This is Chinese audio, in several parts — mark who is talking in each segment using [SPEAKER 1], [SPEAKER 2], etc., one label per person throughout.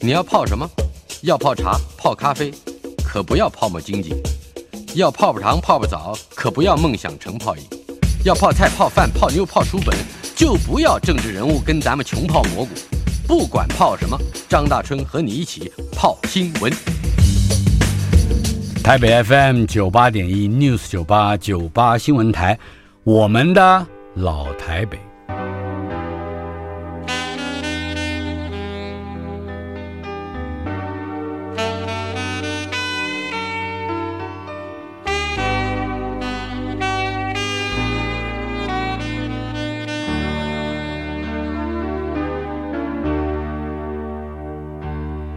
[SPEAKER 1] 你要泡什么？要泡茶、泡咖啡，可不要泡沫经济；要泡泡糖、泡泡澡，可不要梦想成泡影；要泡菜、泡饭、泡妞、泡书本，就不要政治人物跟咱们穷泡蘑菇。不管泡什么，张大春和你一起泡新闻。
[SPEAKER 2] 台北 FM 九八点一 News 九八九八新闻台，我们的老台北。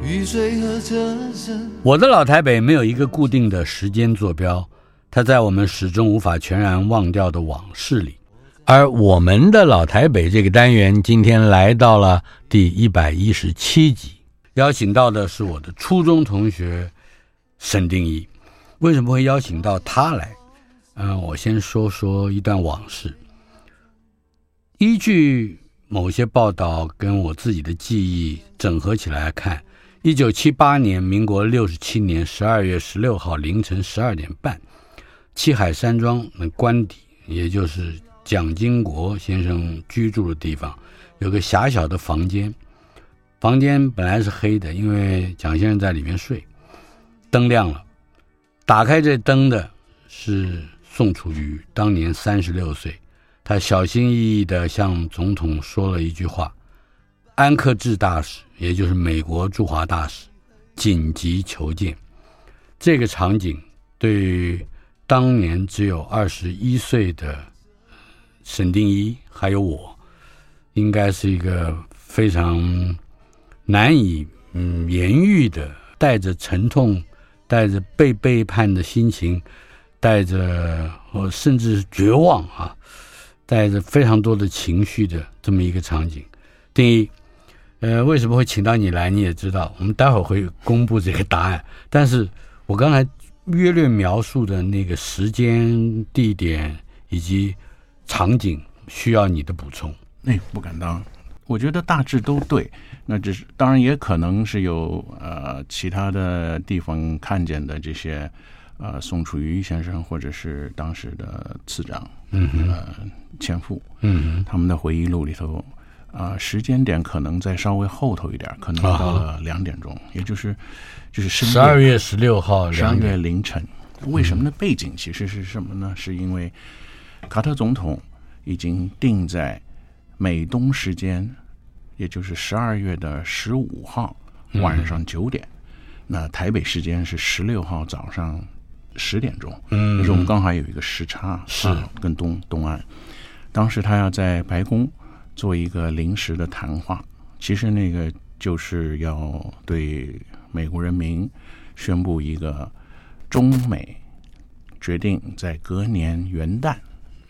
[SPEAKER 3] 雨水和车声。
[SPEAKER 2] 我的老台北没有一个固定的时间坐标，它在我们始终无法全然忘掉的往事里。而我们的老台北这个单元今天来到了第一百一十七集，邀请到的是我的初中同学沈定一。为什么会邀请到他来？嗯，我先说说一段往事。依据某些报道跟我自己的记忆整合起来看，一九七八年，民国六十七年十二月十六号凌晨十二点半，七海山庄的官邸，也就是蒋经国先生居住的地方，有个狭小的房间。房间本来是黑的，因为蒋先生在里面睡。灯亮了，打开这灯的是宋楚瑜，当年三十六岁。他小心翼翼地向总统说了一句话：“安克志大使，也就是美国驻华大使，紧急求见。”这个场景对于当年只有二十一岁的沈定一还有我，应该是一个非常难以嗯言喻的，带着沉痛、带着被背叛的心情，带着呃甚至是绝望啊，带着非常多的情绪的这么一个场景。定一，呃，为什么会请到你来，你也知道，我们待会儿会公布这个答案。但是我刚才约略描述的那个时间、地点以及场景，需要你的补充。
[SPEAKER 4] 哎，不敢当。我觉得大致都对，那只是当然也可能是有呃其他的地方看见的这些呃宋楚瑜先生或者是当时的次长，嗯呃前夫，
[SPEAKER 2] 嗯，
[SPEAKER 4] 他们的回忆录里头，啊、时间点可能再稍微后头一点，可能到了两点钟，也就是就是
[SPEAKER 2] 啊十
[SPEAKER 4] 深
[SPEAKER 2] 二
[SPEAKER 4] 夜
[SPEAKER 2] 月十六号，
[SPEAKER 4] 十二
[SPEAKER 2] 两
[SPEAKER 4] 月凌晨。为什
[SPEAKER 2] 嗯
[SPEAKER 4] 么呢？背景其实是什么呢？是因为卡特总统已经定在美东时间，也就是十二月的十五号晚
[SPEAKER 2] 嗯
[SPEAKER 4] 上九点，那台北时间是十六号早上十点钟，
[SPEAKER 2] 嗯
[SPEAKER 4] 就是我们刚好有一个时差，
[SPEAKER 2] 是
[SPEAKER 4] 啊跟东东岸。当时他要在白宫做一个临时的谈话，其实那个就是要对美国人民宣布一个中美决定在隔年元旦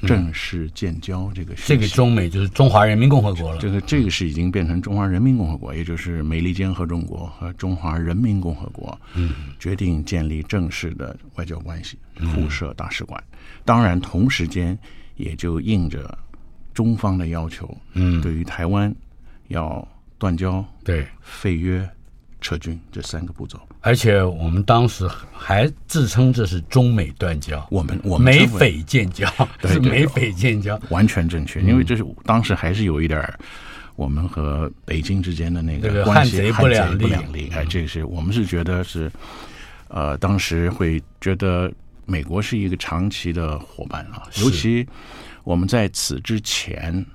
[SPEAKER 4] 正式建交这个
[SPEAKER 2] 嗯这
[SPEAKER 4] 讯息。
[SPEAKER 2] 个中美就是中华人民共和国了。
[SPEAKER 4] 这个这个是已经变成中华人民共和国，也就是美利坚合众国和中华人民共和国，
[SPEAKER 2] 嗯
[SPEAKER 4] 决定建立正式的外交关系，互设大使馆。当然，同时间也就应着中方的要求，
[SPEAKER 2] 嗯
[SPEAKER 4] 对于台湾要断交、
[SPEAKER 2] 对，
[SPEAKER 4] 废约、撤军这三个步骤。
[SPEAKER 2] 而且我们当时还自称这是中美断交，
[SPEAKER 4] 我们我们
[SPEAKER 2] 美
[SPEAKER 4] 这么
[SPEAKER 2] 匪嗯建交，
[SPEAKER 4] 对
[SPEAKER 2] 是
[SPEAKER 4] 对
[SPEAKER 2] 美匪建交。
[SPEAKER 4] 完全正确，因为这是当时还是有一点儿我们和北京之间的那
[SPEAKER 2] 这个
[SPEAKER 4] 个关系，
[SPEAKER 2] 汉贼不
[SPEAKER 4] 汉贼
[SPEAKER 2] 两立嗯
[SPEAKER 4] 不两立。哎，这个是我们是觉得是，呃，当时会觉得美国是一个长期的伙伴啊，
[SPEAKER 2] 是
[SPEAKER 4] 尤其我们在此之前，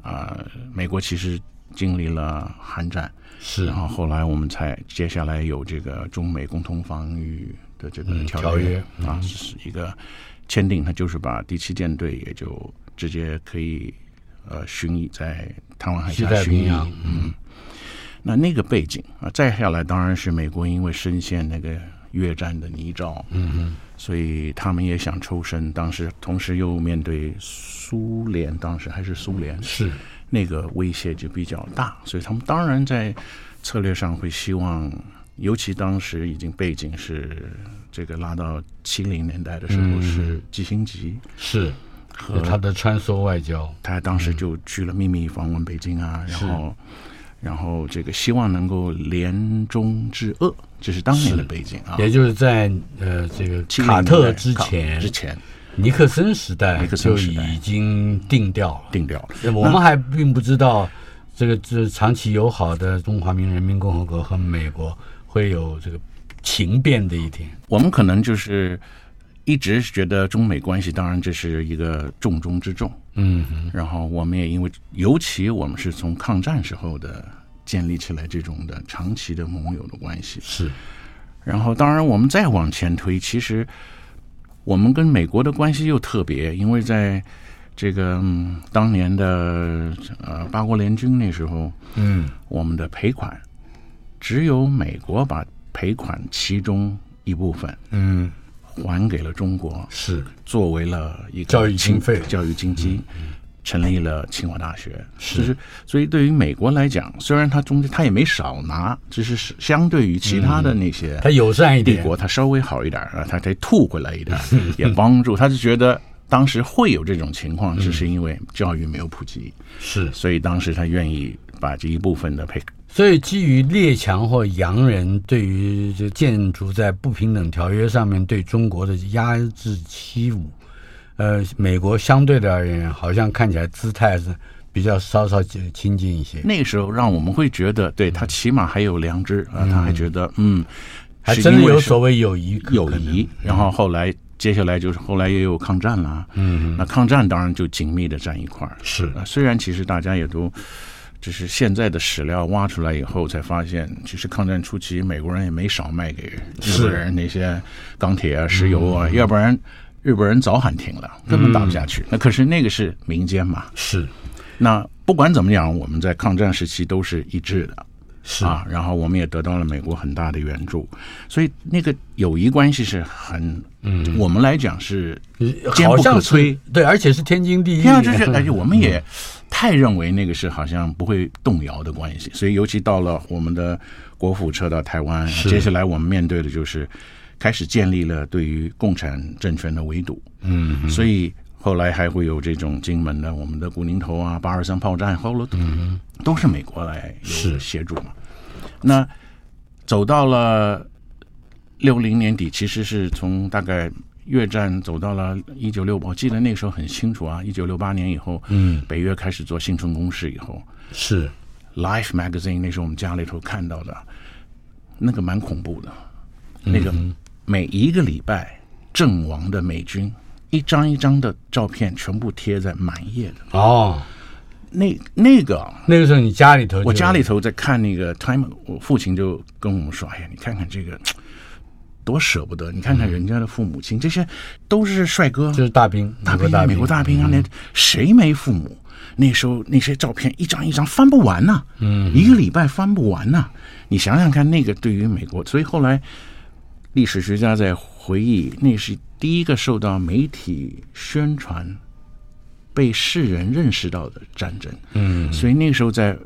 [SPEAKER 4] 啊、美国其实经历了韩战，
[SPEAKER 2] 是
[SPEAKER 4] 然后啊后来我们才接下来有这个中美共同防御的这个
[SPEAKER 2] 嗯
[SPEAKER 4] 条
[SPEAKER 2] 条约
[SPEAKER 4] 啊，是一个签订，它就是把第七舰队也就直接可以呃巡弋在台湾海
[SPEAKER 2] 西
[SPEAKER 4] 峡
[SPEAKER 2] 太
[SPEAKER 4] 巡
[SPEAKER 2] 平
[SPEAKER 4] 弋
[SPEAKER 2] 洋。
[SPEAKER 4] 嗯，那那个背景啊，再下来当然是美国因为深陷那个越战的泥沼，嗯所以他们也想抽身，当时同时又面对苏联，当时还是苏联，
[SPEAKER 2] 是
[SPEAKER 4] 那个威胁就比较大，所以他们当然在策略上会希望，尤其当时已经背景是这个拉到七零年代的时候
[SPEAKER 2] 嗯
[SPEAKER 4] 是基辛吉，
[SPEAKER 2] 是，
[SPEAKER 4] 和
[SPEAKER 2] 他的穿梭外交，
[SPEAKER 4] 他当时就去了秘密访问北京啊，然后然后这个希望能够联中治恶，这是当年的背景啊。
[SPEAKER 2] 也就是在呃这个
[SPEAKER 4] 70
[SPEAKER 2] 卡
[SPEAKER 4] 年代
[SPEAKER 2] 特之
[SPEAKER 4] 卡
[SPEAKER 2] 前，
[SPEAKER 4] 之前
[SPEAKER 2] 尼克森时代
[SPEAKER 4] 尼克
[SPEAKER 2] 就
[SPEAKER 4] 森时代嗯
[SPEAKER 2] 已经定调了。
[SPEAKER 4] 定掉了。
[SPEAKER 2] 呃我们还并不知道这个这长期友好的中华民人民共和国和美国会有这个情变的一天。
[SPEAKER 4] 我们可能就是一直觉得中美关系，当然这是一个重中之重。
[SPEAKER 2] 嗯哼，
[SPEAKER 4] 然后我们也因为，尤其我们是从抗战时候的建立起来这种的长期的盟友的关系。
[SPEAKER 2] 是
[SPEAKER 4] 然后，当然我们再往前推，其实我们跟美国的关系又特别，因为在这个、嗯当年的呃八国联军那时候，
[SPEAKER 2] 嗯，
[SPEAKER 4] 我们的赔款只有美国把赔款其中一部分
[SPEAKER 2] 嗯
[SPEAKER 4] 还给了中国，
[SPEAKER 2] 是
[SPEAKER 4] 作为了一个
[SPEAKER 2] 教育经
[SPEAKER 4] 清
[SPEAKER 2] 费嗯
[SPEAKER 4] 教育经济，成立了清华大学。
[SPEAKER 2] 是
[SPEAKER 4] 就是所以对于美国来讲，虽然它中间它也没少拿，只是是相对于其他的那些
[SPEAKER 2] 他友嗯善一
[SPEAKER 4] 帝
[SPEAKER 2] 点，
[SPEAKER 4] 国，它稍微好一点啊，它得吐回来一 点，也帮助。他就觉得当时会有这种情
[SPEAKER 2] 嗯
[SPEAKER 4] 况，只是因为教育没有普及，
[SPEAKER 2] 是。
[SPEAKER 4] 所以当时他愿意把这一部分的赔
[SPEAKER 2] 所以基于列强或洋人对于这建筑在不平等条约上面对中国的压制欺侮，呃，美国相对的而言，好像看起来姿态是比较稍稍亲近一些。
[SPEAKER 4] 那个时候让我们会觉得，对他起码还有良知啊，他还觉得嗯，
[SPEAKER 2] 还
[SPEAKER 4] 是
[SPEAKER 2] 真的
[SPEAKER 4] 因为
[SPEAKER 2] 有
[SPEAKER 4] 是
[SPEAKER 2] 所谓友谊可
[SPEAKER 4] 友
[SPEAKER 2] 可能嗯
[SPEAKER 4] 谊，然后后来接下来就是后来也有抗战啦，嗯，那抗战当然就紧密的站一块儿，
[SPEAKER 2] 是
[SPEAKER 4] 啊虽然其实大家也都。就是现在的史料挖出来以后，才发现，其实抗战初期美国人也没少卖给日本人那些钢铁啊、石油
[SPEAKER 2] 嗯
[SPEAKER 4] 啊，要不然日本人早喊停了，根本打不下去。那可是那个是民间嘛，
[SPEAKER 2] 是
[SPEAKER 4] 那不管怎么讲，我们在抗战时期都是一致的，
[SPEAKER 2] 是
[SPEAKER 4] 啊，然后我们也得到了美国很大的援助，所以那个友谊关系是很，嗯，我们来讲是坚
[SPEAKER 2] 好
[SPEAKER 4] 不
[SPEAKER 2] 像
[SPEAKER 4] 可
[SPEAKER 2] 是
[SPEAKER 4] 摧。
[SPEAKER 2] 对，而且是天经地义。
[SPEAKER 4] 第二就是，而且我们也太认为那个是好像不会动摇的关系，所以尤其到了我们的国府撤到台湾，
[SPEAKER 2] 是
[SPEAKER 4] 接下来我们面对的就是开始建立了对于共产政权的围堵，
[SPEAKER 2] 嗯，
[SPEAKER 4] 所以后来还会有这种金门的我们的古宁头啊、八二三炮战，后来都是美国来有
[SPEAKER 2] 嗯是
[SPEAKER 4] 协助嘛。那走到了六零年底，其实是从大概越战走到了一九六，我记得那时候很清楚啊，一九六八年以后，
[SPEAKER 2] 嗯，
[SPEAKER 4] 北约开始做幸存公示以后
[SPEAKER 2] 是
[SPEAKER 4] ，Life Magazine 那时候我们家里头看到的，那个蛮恐怖的，那个每一个礼拜阵亡的美军。一张一张的照片全部贴在满页的，
[SPEAKER 2] 哦，
[SPEAKER 4] 那那个啊
[SPEAKER 2] 那个时候你家里头就，
[SPEAKER 4] 我家里头在看那个 Time，我父亲就跟我们说：“哎呀，你看看这个多舍不得，你看看人家的父母亲，这些都是帅哥，
[SPEAKER 2] 就是大兵，
[SPEAKER 4] 大
[SPEAKER 2] 国
[SPEAKER 4] 兵
[SPEAKER 2] 大
[SPEAKER 4] 啊，美国大兵啊，那谁没父母？那时候那些照片一张一张翻不完呐、嗯，一个礼拜翻不完呐、你想想看，那个对于美国，所以后来历史学家在回忆，那是第一个受到媒体宣传、被世人认识到的战争。嗯，所以那个时候在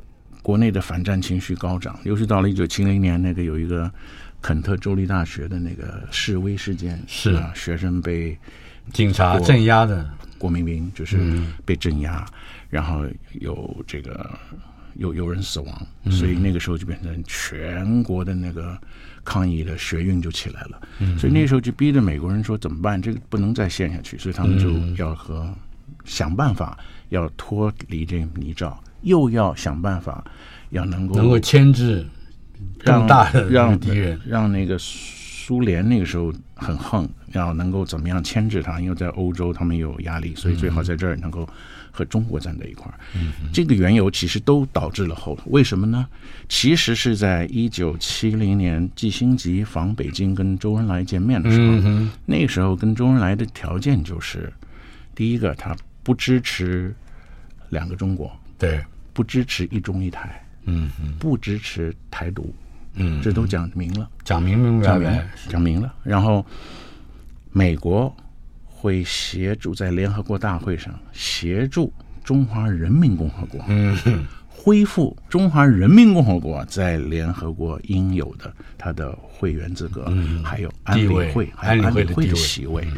[SPEAKER 4] 国内的反战情绪高涨，尤其到了一九七零年，那个有一个肯特州立大学的那个示威事件，
[SPEAKER 2] 是
[SPEAKER 4] 啊，学生被。
[SPEAKER 2] 警察
[SPEAKER 4] 我
[SPEAKER 2] 镇压的，
[SPEAKER 4] 国民兵就是
[SPEAKER 2] 嗯
[SPEAKER 4] 被镇压，然后有这个有有人死亡，
[SPEAKER 2] 嗯
[SPEAKER 4] 所以那个时候就变成全国的那个抗议的学运就起来了。
[SPEAKER 2] 嗯
[SPEAKER 4] 所以那个时候就逼着美国人说怎么办？这个不能再陷下去，所以他们
[SPEAKER 2] 嗯
[SPEAKER 4] 就要和、想办法要脱离这个泥沼，又要想办法要能够
[SPEAKER 2] 能够牵制
[SPEAKER 4] 让
[SPEAKER 2] 更大的
[SPEAKER 4] 让
[SPEAKER 2] 敌人，
[SPEAKER 4] 让那个苏联那个时候很横，然后能够怎么样牵制他？因为在欧洲他们有压力，所以最
[SPEAKER 2] 嗯
[SPEAKER 4] 好在这儿能够和中国站在一块儿。这个缘由其实都导致了后头，为什么呢？其实是在一九七零年季辛吉访北京跟周恩来见面的时候，
[SPEAKER 2] 嗯哼，
[SPEAKER 4] 那个时候跟周恩来的条件就是，第一个他不支持两个中国，
[SPEAKER 2] 对，
[SPEAKER 4] 不支持一中一台，
[SPEAKER 2] 嗯哼，
[SPEAKER 4] 不支持台独，
[SPEAKER 2] 嗯，
[SPEAKER 4] 这都讲明了。
[SPEAKER 2] 讲明明白
[SPEAKER 4] 讲明
[SPEAKER 2] 白
[SPEAKER 4] 了，，讲明了。然后美国会协助在联合国大会上协助中华人民共和国，嗯，恢复中华人民共和国在联合国应有的它的会员资格，还有安
[SPEAKER 2] 嗯
[SPEAKER 4] 理
[SPEAKER 2] 地位
[SPEAKER 4] 会，还有
[SPEAKER 2] 安理会的
[SPEAKER 4] 会
[SPEAKER 2] 地位嗯
[SPEAKER 4] 席位。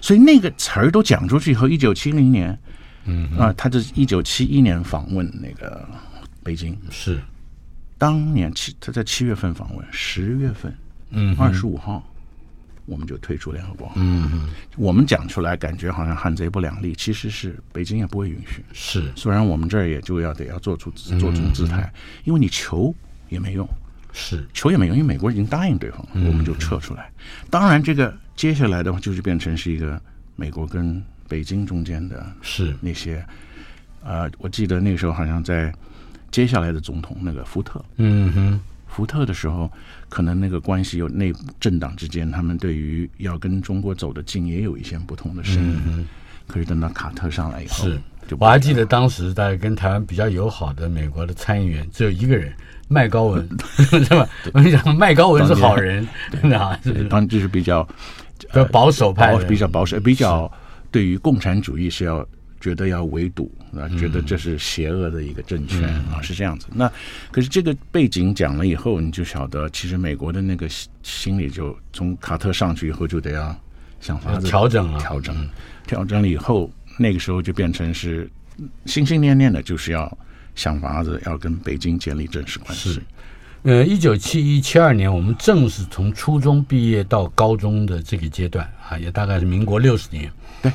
[SPEAKER 4] 所以那个词儿都讲出去以后，一九七零年，嗯啊、他就是一九七一年访问那个北京，
[SPEAKER 2] 是
[SPEAKER 4] 当年七他在七月份访问，十月份
[SPEAKER 2] 嗯
[SPEAKER 4] 二十五号，我们就退出联合国。嗯，我们讲出来感觉好像汉贼不两立，其实是北京也不会允许。
[SPEAKER 2] 是
[SPEAKER 4] 虽然我们这儿也就要得要做出做出姿态，因为你求也没用，
[SPEAKER 2] 是，
[SPEAKER 4] 求也没用，因为美国已经答应对方了，我们就撤出来。当然，这个接下来的话就是变成是一个美国跟北京中间的
[SPEAKER 2] 是
[SPEAKER 4] 那些，呃，我记得那个时候好像在接下来的总统那个福特，
[SPEAKER 2] 嗯哼，
[SPEAKER 4] 福特的时候，可能那个关系有内部政党之间，他们对于要跟中国走得近也有一些不同的声音。可是等到卡特上来以后，
[SPEAKER 2] 嗯是
[SPEAKER 4] 就不
[SPEAKER 2] 我还记得当时大概跟台湾比较友好的美国的参议员只有一个人，麦高 文， 对吧？我跟你讲，麦高文是好人， 真的啊，是不是？
[SPEAKER 4] 当然就是比较
[SPEAKER 2] 比较保守派
[SPEAKER 4] 保
[SPEAKER 2] 的，
[SPEAKER 4] 比较保守，比较对于共产主义是要觉得要围堵啊，
[SPEAKER 2] 嗯
[SPEAKER 4] 觉得这是邪恶的一个政权啊，是这样子。那可是这个背景讲了以后，你就晓得，其实美国的那个心心理就从卡特上去以后就得要想法子
[SPEAKER 2] 调整了嗯
[SPEAKER 4] 调整，调整了以后，那个时候就变成是心心念念的，就是要想法子要跟北京建立正式关系
[SPEAKER 2] 是。呃，一九七一七二年，我们正是从初中毕业到高中的这个阶段啊，也大概是民国六十年。
[SPEAKER 4] 对，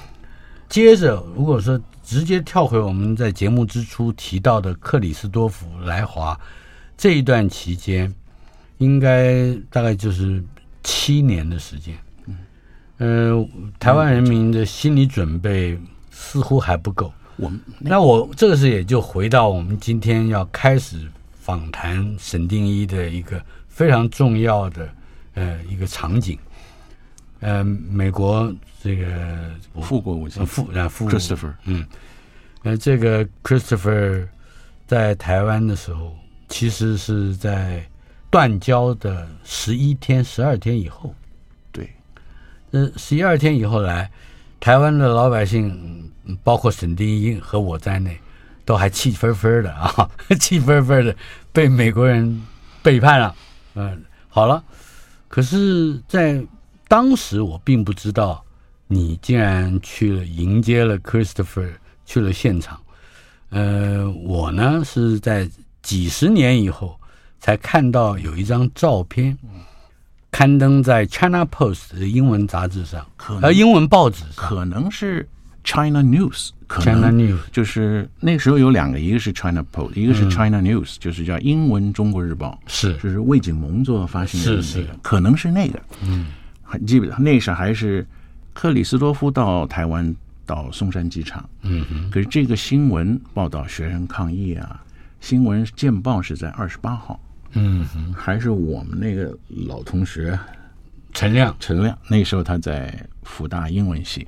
[SPEAKER 2] 接着如果说直接跳回我们在节目之初提到的克里斯多夫来华这一段期间，应该大概就是七年的时间。呃，台湾人民的心理准备似乎还不够。
[SPEAKER 4] 我们
[SPEAKER 2] 那我这个是也就回到我们今天要开始访谈沈定一的一个非常重要的呃一个场景，呃，美国这个
[SPEAKER 4] 富国武器
[SPEAKER 2] 呃副呃副
[SPEAKER 4] Christopher
[SPEAKER 2] 呃这个 Christopher 在台湾的时候，其实是在断交的十一天、十二天以后，
[SPEAKER 4] 对。
[SPEAKER 2] 呃，十一二天以后来，台湾的老百姓，嗯包括沈定一和我在内，都还气愤愤的啊， 气愤愤的被美国人背叛了。嗯、好了，可是，在当时我并不知道，你竟然去了迎接了 Christopher，去了现场。呃，我呢是在几十年以后才看到有一张照片，刊登在《China Post》的英文杂志上，
[SPEAKER 4] 可能
[SPEAKER 2] 呃，英文报纸上
[SPEAKER 4] 可能是 China News，可能
[SPEAKER 2] China News
[SPEAKER 4] 就是那时候有两个，一个是 China Post，一个是 China News，、就是叫英文《中国日报》，
[SPEAKER 2] 嗯是
[SPEAKER 4] 就是魏景蒙做发行人的
[SPEAKER 2] 是
[SPEAKER 4] 那个，可能是那个，嗯，还记不得那时候还是克里斯多夫到台湾到松山机场，嗯哼，可是这个新闻报道学生抗议啊，新闻见报是在二十八号，
[SPEAKER 2] 嗯哼，
[SPEAKER 4] 还是我们那个老同学
[SPEAKER 2] 陈亮
[SPEAKER 4] 陈亮，那时候他在辅大英文系，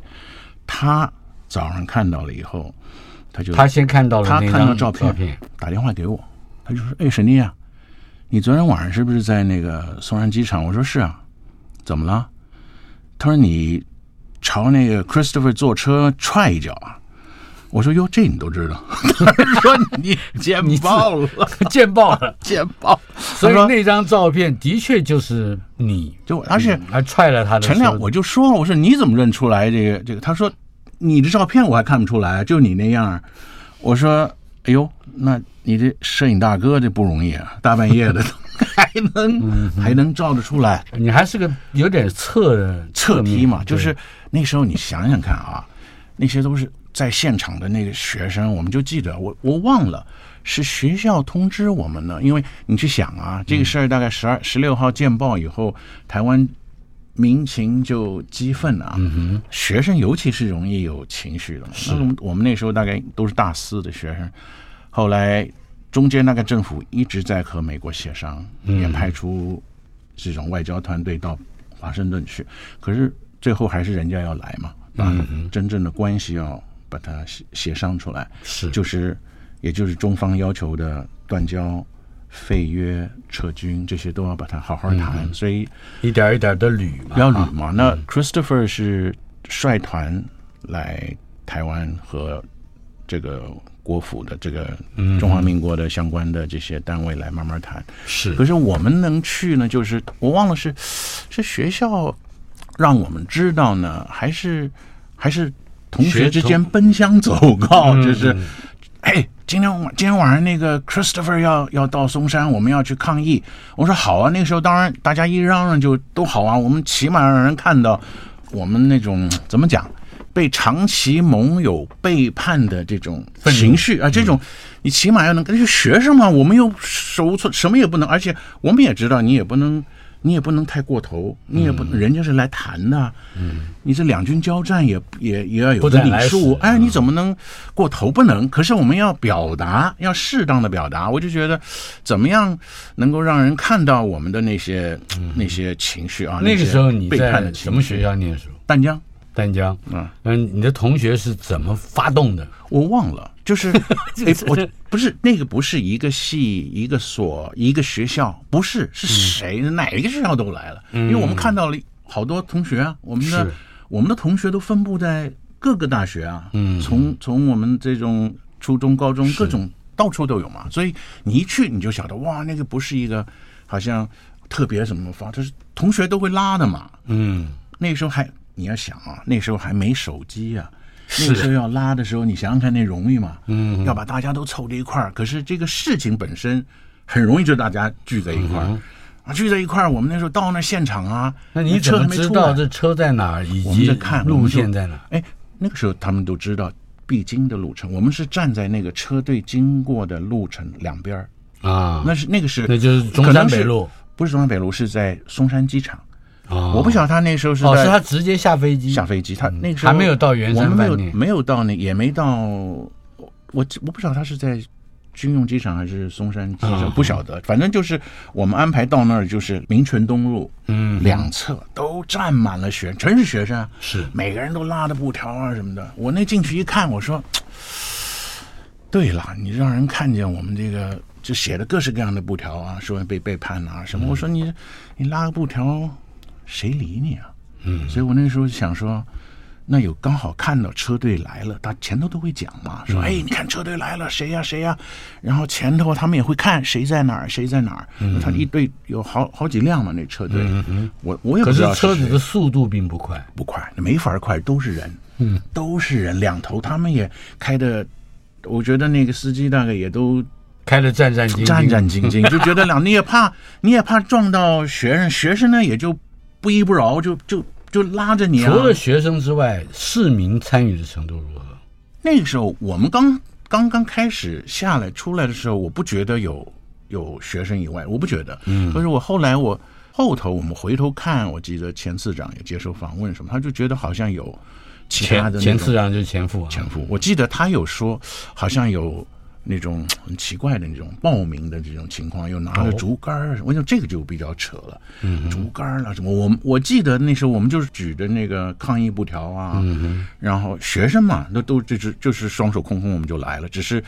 [SPEAKER 4] 他早上看到了以后，他就
[SPEAKER 2] 他先看到了
[SPEAKER 4] 他
[SPEAKER 2] 那
[SPEAKER 4] 看
[SPEAKER 2] 张
[SPEAKER 4] 到照
[SPEAKER 2] 片，
[SPEAKER 4] 打电话给我，他就说：“哎，沈丽啊，你昨天晚上是不是在那个松山机场？”我说：“是啊，怎么了？”他说：“你朝那个 Christopher 坐车踹一脚啊。”我说：“哟，这你都知道？” 他说：“你见报了，
[SPEAKER 2] 见报了。
[SPEAKER 4] 见报。”
[SPEAKER 2] 所以
[SPEAKER 4] 他说
[SPEAKER 2] 那张照片的确就是你，
[SPEAKER 4] 就而且
[SPEAKER 2] 还踹了他的
[SPEAKER 4] 陈亮，
[SPEAKER 2] 手
[SPEAKER 4] 我就说，我说你怎么认出来这个这个？他说你的照片我还看不出来，就你那样儿。我说，哎呦，那你这摄影大哥这不容易啊，大半夜的 还
[SPEAKER 2] 嗯
[SPEAKER 4] 能还能照得出来。
[SPEAKER 2] 你还是个有点侧的
[SPEAKER 4] 侧踢嘛，
[SPEAKER 2] 面
[SPEAKER 4] 就是那时候你想想看啊，那些都是在现场的那个学生，我们就记得我我忘了是学校通知我们呢，因为你去想啊，这个事儿大概十二十六号见报以后，台湾民情就激愤啊，学生尤其是容易有情绪的嘛，那我们我们那时候大概都是大四的学生，后来中间那个政府一直在和美国协商，也派出这种外交团队到华盛顿去，可是最后还是人家要来嘛，把真正的关系要把它协协商出来，
[SPEAKER 2] 是
[SPEAKER 4] 就是也就是中方要求的断交、废约、撤军这些都要把它好好谈，所以
[SPEAKER 2] 一点一点的捋嘛，
[SPEAKER 4] 要捋嘛。那 Christopher 是率团来台湾和这个国府的这个中华民国的相关的这些单位来慢慢谈。
[SPEAKER 2] 是
[SPEAKER 4] 可是我们能去呢，就是我忘了是是学校让我们知道呢，还 是还是同学之间奔相走告，就是哎，今天晚今天晚上那个 Christopher 要要到嵩山，我们要去抗议。我说好啊，那个时候当然大家一嚷嚷就都好啊，我们起码让人看到我们那种怎么讲。被长期盟友背叛的这种情绪啊，这种你起码要能跟学生嘛，我们又手无寸，什么也不能，而且我们也知道你也不能，你也不能太过头，你也不，人家是来谈的，嗯，你这两军交战也也也要有
[SPEAKER 2] 不
[SPEAKER 4] 个
[SPEAKER 2] 再
[SPEAKER 4] 礼
[SPEAKER 2] 来嗯
[SPEAKER 4] 数
[SPEAKER 2] 使，
[SPEAKER 4] 哎，你怎么能过头？不能。可是我们要表达，要适当的表达，我就觉得怎么样能够让人看到我们的那些那些情绪啊？
[SPEAKER 2] 嗯那个
[SPEAKER 4] 些
[SPEAKER 2] 时候你
[SPEAKER 4] 背叛的
[SPEAKER 2] 在
[SPEAKER 4] 情
[SPEAKER 2] 什么
[SPEAKER 4] 绪
[SPEAKER 2] 学校念书？
[SPEAKER 4] 淡江。
[SPEAKER 2] 丹江，
[SPEAKER 4] 嗯
[SPEAKER 2] 嗯，你的同学是怎么发动的？
[SPEAKER 4] 我忘了，就是哎，我不是那个不是一个系一个所一个学校，不是是谁、哪一个学校都来了，因为我们看到了好多同学啊，我们的
[SPEAKER 2] 是
[SPEAKER 4] 我们的同学都分布在各个大学啊，嗯，从从我们这种初中、高中各种到处都有嘛，所以你一去你就晓得哇，那个不是一个好像特别什么方，就是同学都会拉的嘛，
[SPEAKER 2] 嗯，
[SPEAKER 4] 那时候还你要想啊，那时候还没手机啊，那时候要拉的时候，你想想看那容易吗？嗯，要把大家都凑在一块儿，可是这个事情本身很容易就大家聚在一块儿、啊，聚在一块儿，我们那时候到那现场啊，
[SPEAKER 2] 嗯那你怎
[SPEAKER 4] 车
[SPEAKER 2] 么
[SPEAKER 4] 还没
[SPEAKER 2] 知
[SPEAKER 4] 出
[SPEAKER 2] 道
[SPEAKER 4] 来，
[SPEAKER 2] 这车在哪儿，以
[SPEAKER 4] 我们
[SPEAKER 2] 及
[SPEAKER 4] 在看我
[SPEAKER 2] 路
[SPEAKER 4] 们就
[SPEAKER 2] 线在哪儿？
[SPEAKER 4] 哎，那个时候他们都知道必经的路程，我们是站在那个车队经过的路程两边儿，
[SPEAKER 2] 啊？
[SPEAKER 4] 那是那个是
[SPEAKER 2] 那就是中
[SPEAKER 4] 可
[SPEAKER 2] 山
[SPEAKER 4] 能是
[SPEAKER 2] 北路
[SPEAKER 4] 不是中山北路，是在松山机场。
[SPEAKER 2] 啊。
[SPEAKER 4] 我不晓得他那时候是
[SPEAKER 2] 哦，
[SPEAKER 4] 在
[SPEAKER 2] 是他直接下飞机，
[SPEAKER 4] 下飞机，他那个时候
[SPEAKER 2] 还没有到圆
[SPEAKER 4] 我
[SPEAKER 2] 山
[SPEAKER 4] 们没有
[SPEAKER 2] 饭店
[SPEAKER 4] 没有到那，也没到我我我不知道他是在军用机场还是松山机场，
[SPEAKER 2] 嗯
[SPEAKER 4] 不晓得，反正就是我们安排到那儿就是民权东路，
[SPEAKER 2] 嗯，
[SPEAKER 4] 两侧都站满了学，全是学生啊，
[SPEAKER 2] 是
[SPEAKER 4] 每个人都拉着布条啊什么的。我那进去一看，我说，对了，你让人看见我们这个就写的各式各样的布条啊，说被背叛啊什么。
[SPEAKER 2] 嗯
[SPEAKER 4] 我说你你拉个布条，谁理你啊？嗯，所以我那时候想说。那有刚好看到车队来了，他前头都会讲嘛，
[SPEAKER 2] 嗯
[SPEAKER 4] 说哎，你看车队来了，谁呀、谁呀、然后前头他们也会看谁在哪儿，谁在哪儿。
[SPEAKER 2] 嗯
[SPEAKER 4] 他一队有好好几辆嘛，那车队，我我也不
[SPEAKER 2] 可
[SPEAKER 4] 知
[SPEAKER 2] 是
[SPEAKER 4] 道
[SPEAKER 2] 车
[SPEAKER 4] 谁
[SPEAKER 2] 子的速度并不快，
[SPEAKER 4] 不快，没法快，都是人，嗯，都是人，两头他们也开的，我觉得那个司机大概也都
[SPEAKER 2] 开的战战兢兢，
[SPEAKER 4] 战战兢
[SPEAKER 2] 嗯
[SPEAKER 4] 兢，就觉得两，你也怕， 你也怕撞到学生，学生呢也就不依不饶，就就就拉着你啊。
[SPEAKER 2] 除了学生之外，市民参与的程度如何？
[SPEAKER 4] 那个时候我们刚刚刚开始下来出来的时候，我不觉得有有学生以外，我不觉得。嗯，可是我后来我后头我们回头看，我记得钱次长也接受访问什么，他就觉得好像有其他的
[SPEAKER 2] 前前
[SPEAKER 4] 那种
[SPEAKER 2] 次长就是前副啊，
[SPEAKER 4] 前夫，我记得他有说，好像有那种很奇怪的那种报名的这种情况，又拿着竹竿儿，啊我想这个就比较扯了，竹竿儿啊了什么？我们我记得那时候我们就是举着那个抗议布条啊，然后学生嘛，那都就是就是双手空空我们就来了，只是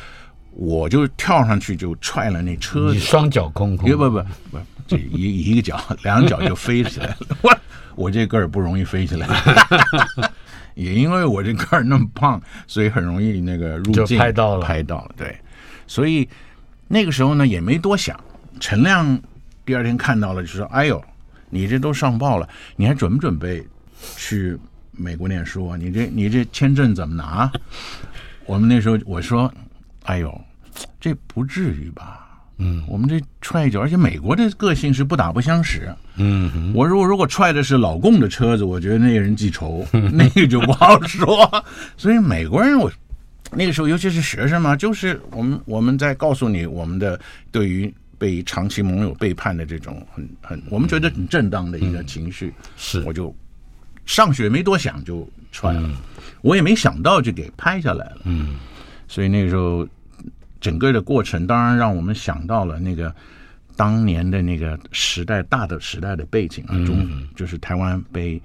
[SPEAKER 4] 我就跳上去就踹了那车
[SPEAKER 2] 你
[SPEAKER 4] 子，
[SPEAKER 2] 双脚空空
[SPEAKER 4] 别，不不不，这一一个脚，两脚就飞起来了。我我这个儿不容易飞起来，也因为我这个儿那么胖，所以很容易那个入
[SPEAKER 2] 就
[SPEAKER 4] 境
[SPEAKER 2] 拍到了
[SPEAKER 4] 拍到了。对，所以那个时候呢也没多想。陈亮第二天看到了，就说：“哎呦，你这都上报了，你还准不准备去美国念书啊？你这你这签证怎么拿？” 我们那时候我说：“哎呦，这不至于吧？”
[SPEAKER 2] 嗯
[SPEAKER 4] 我们这踹一脚，而且美国的个性是不打不相识。
[SPEAKER 2] 嗯哼，
[SPEAKER 4] 我如果如果踹的是老共的车子， 我觉得那个人记仇， 那个就不好说。所以美国人我。那个时候，尤其是学生嘛，就是我们我们在告诉你我们的对于被长期盟友背叛的这种很很，我们觉得很正当的一个情绪，
[SPEAKER 2] 嗯是嗯
[SPEAKER 4] 我就上学没多想就踹了，我也没想到就给拍下来了。嗯，所以那个时候整个的过程，当然让我们想到了那个当年的那个时代大的时代的背景
[SPEAKER 2] 嗯
[SPEAKER 4] 啊，中就是台湾被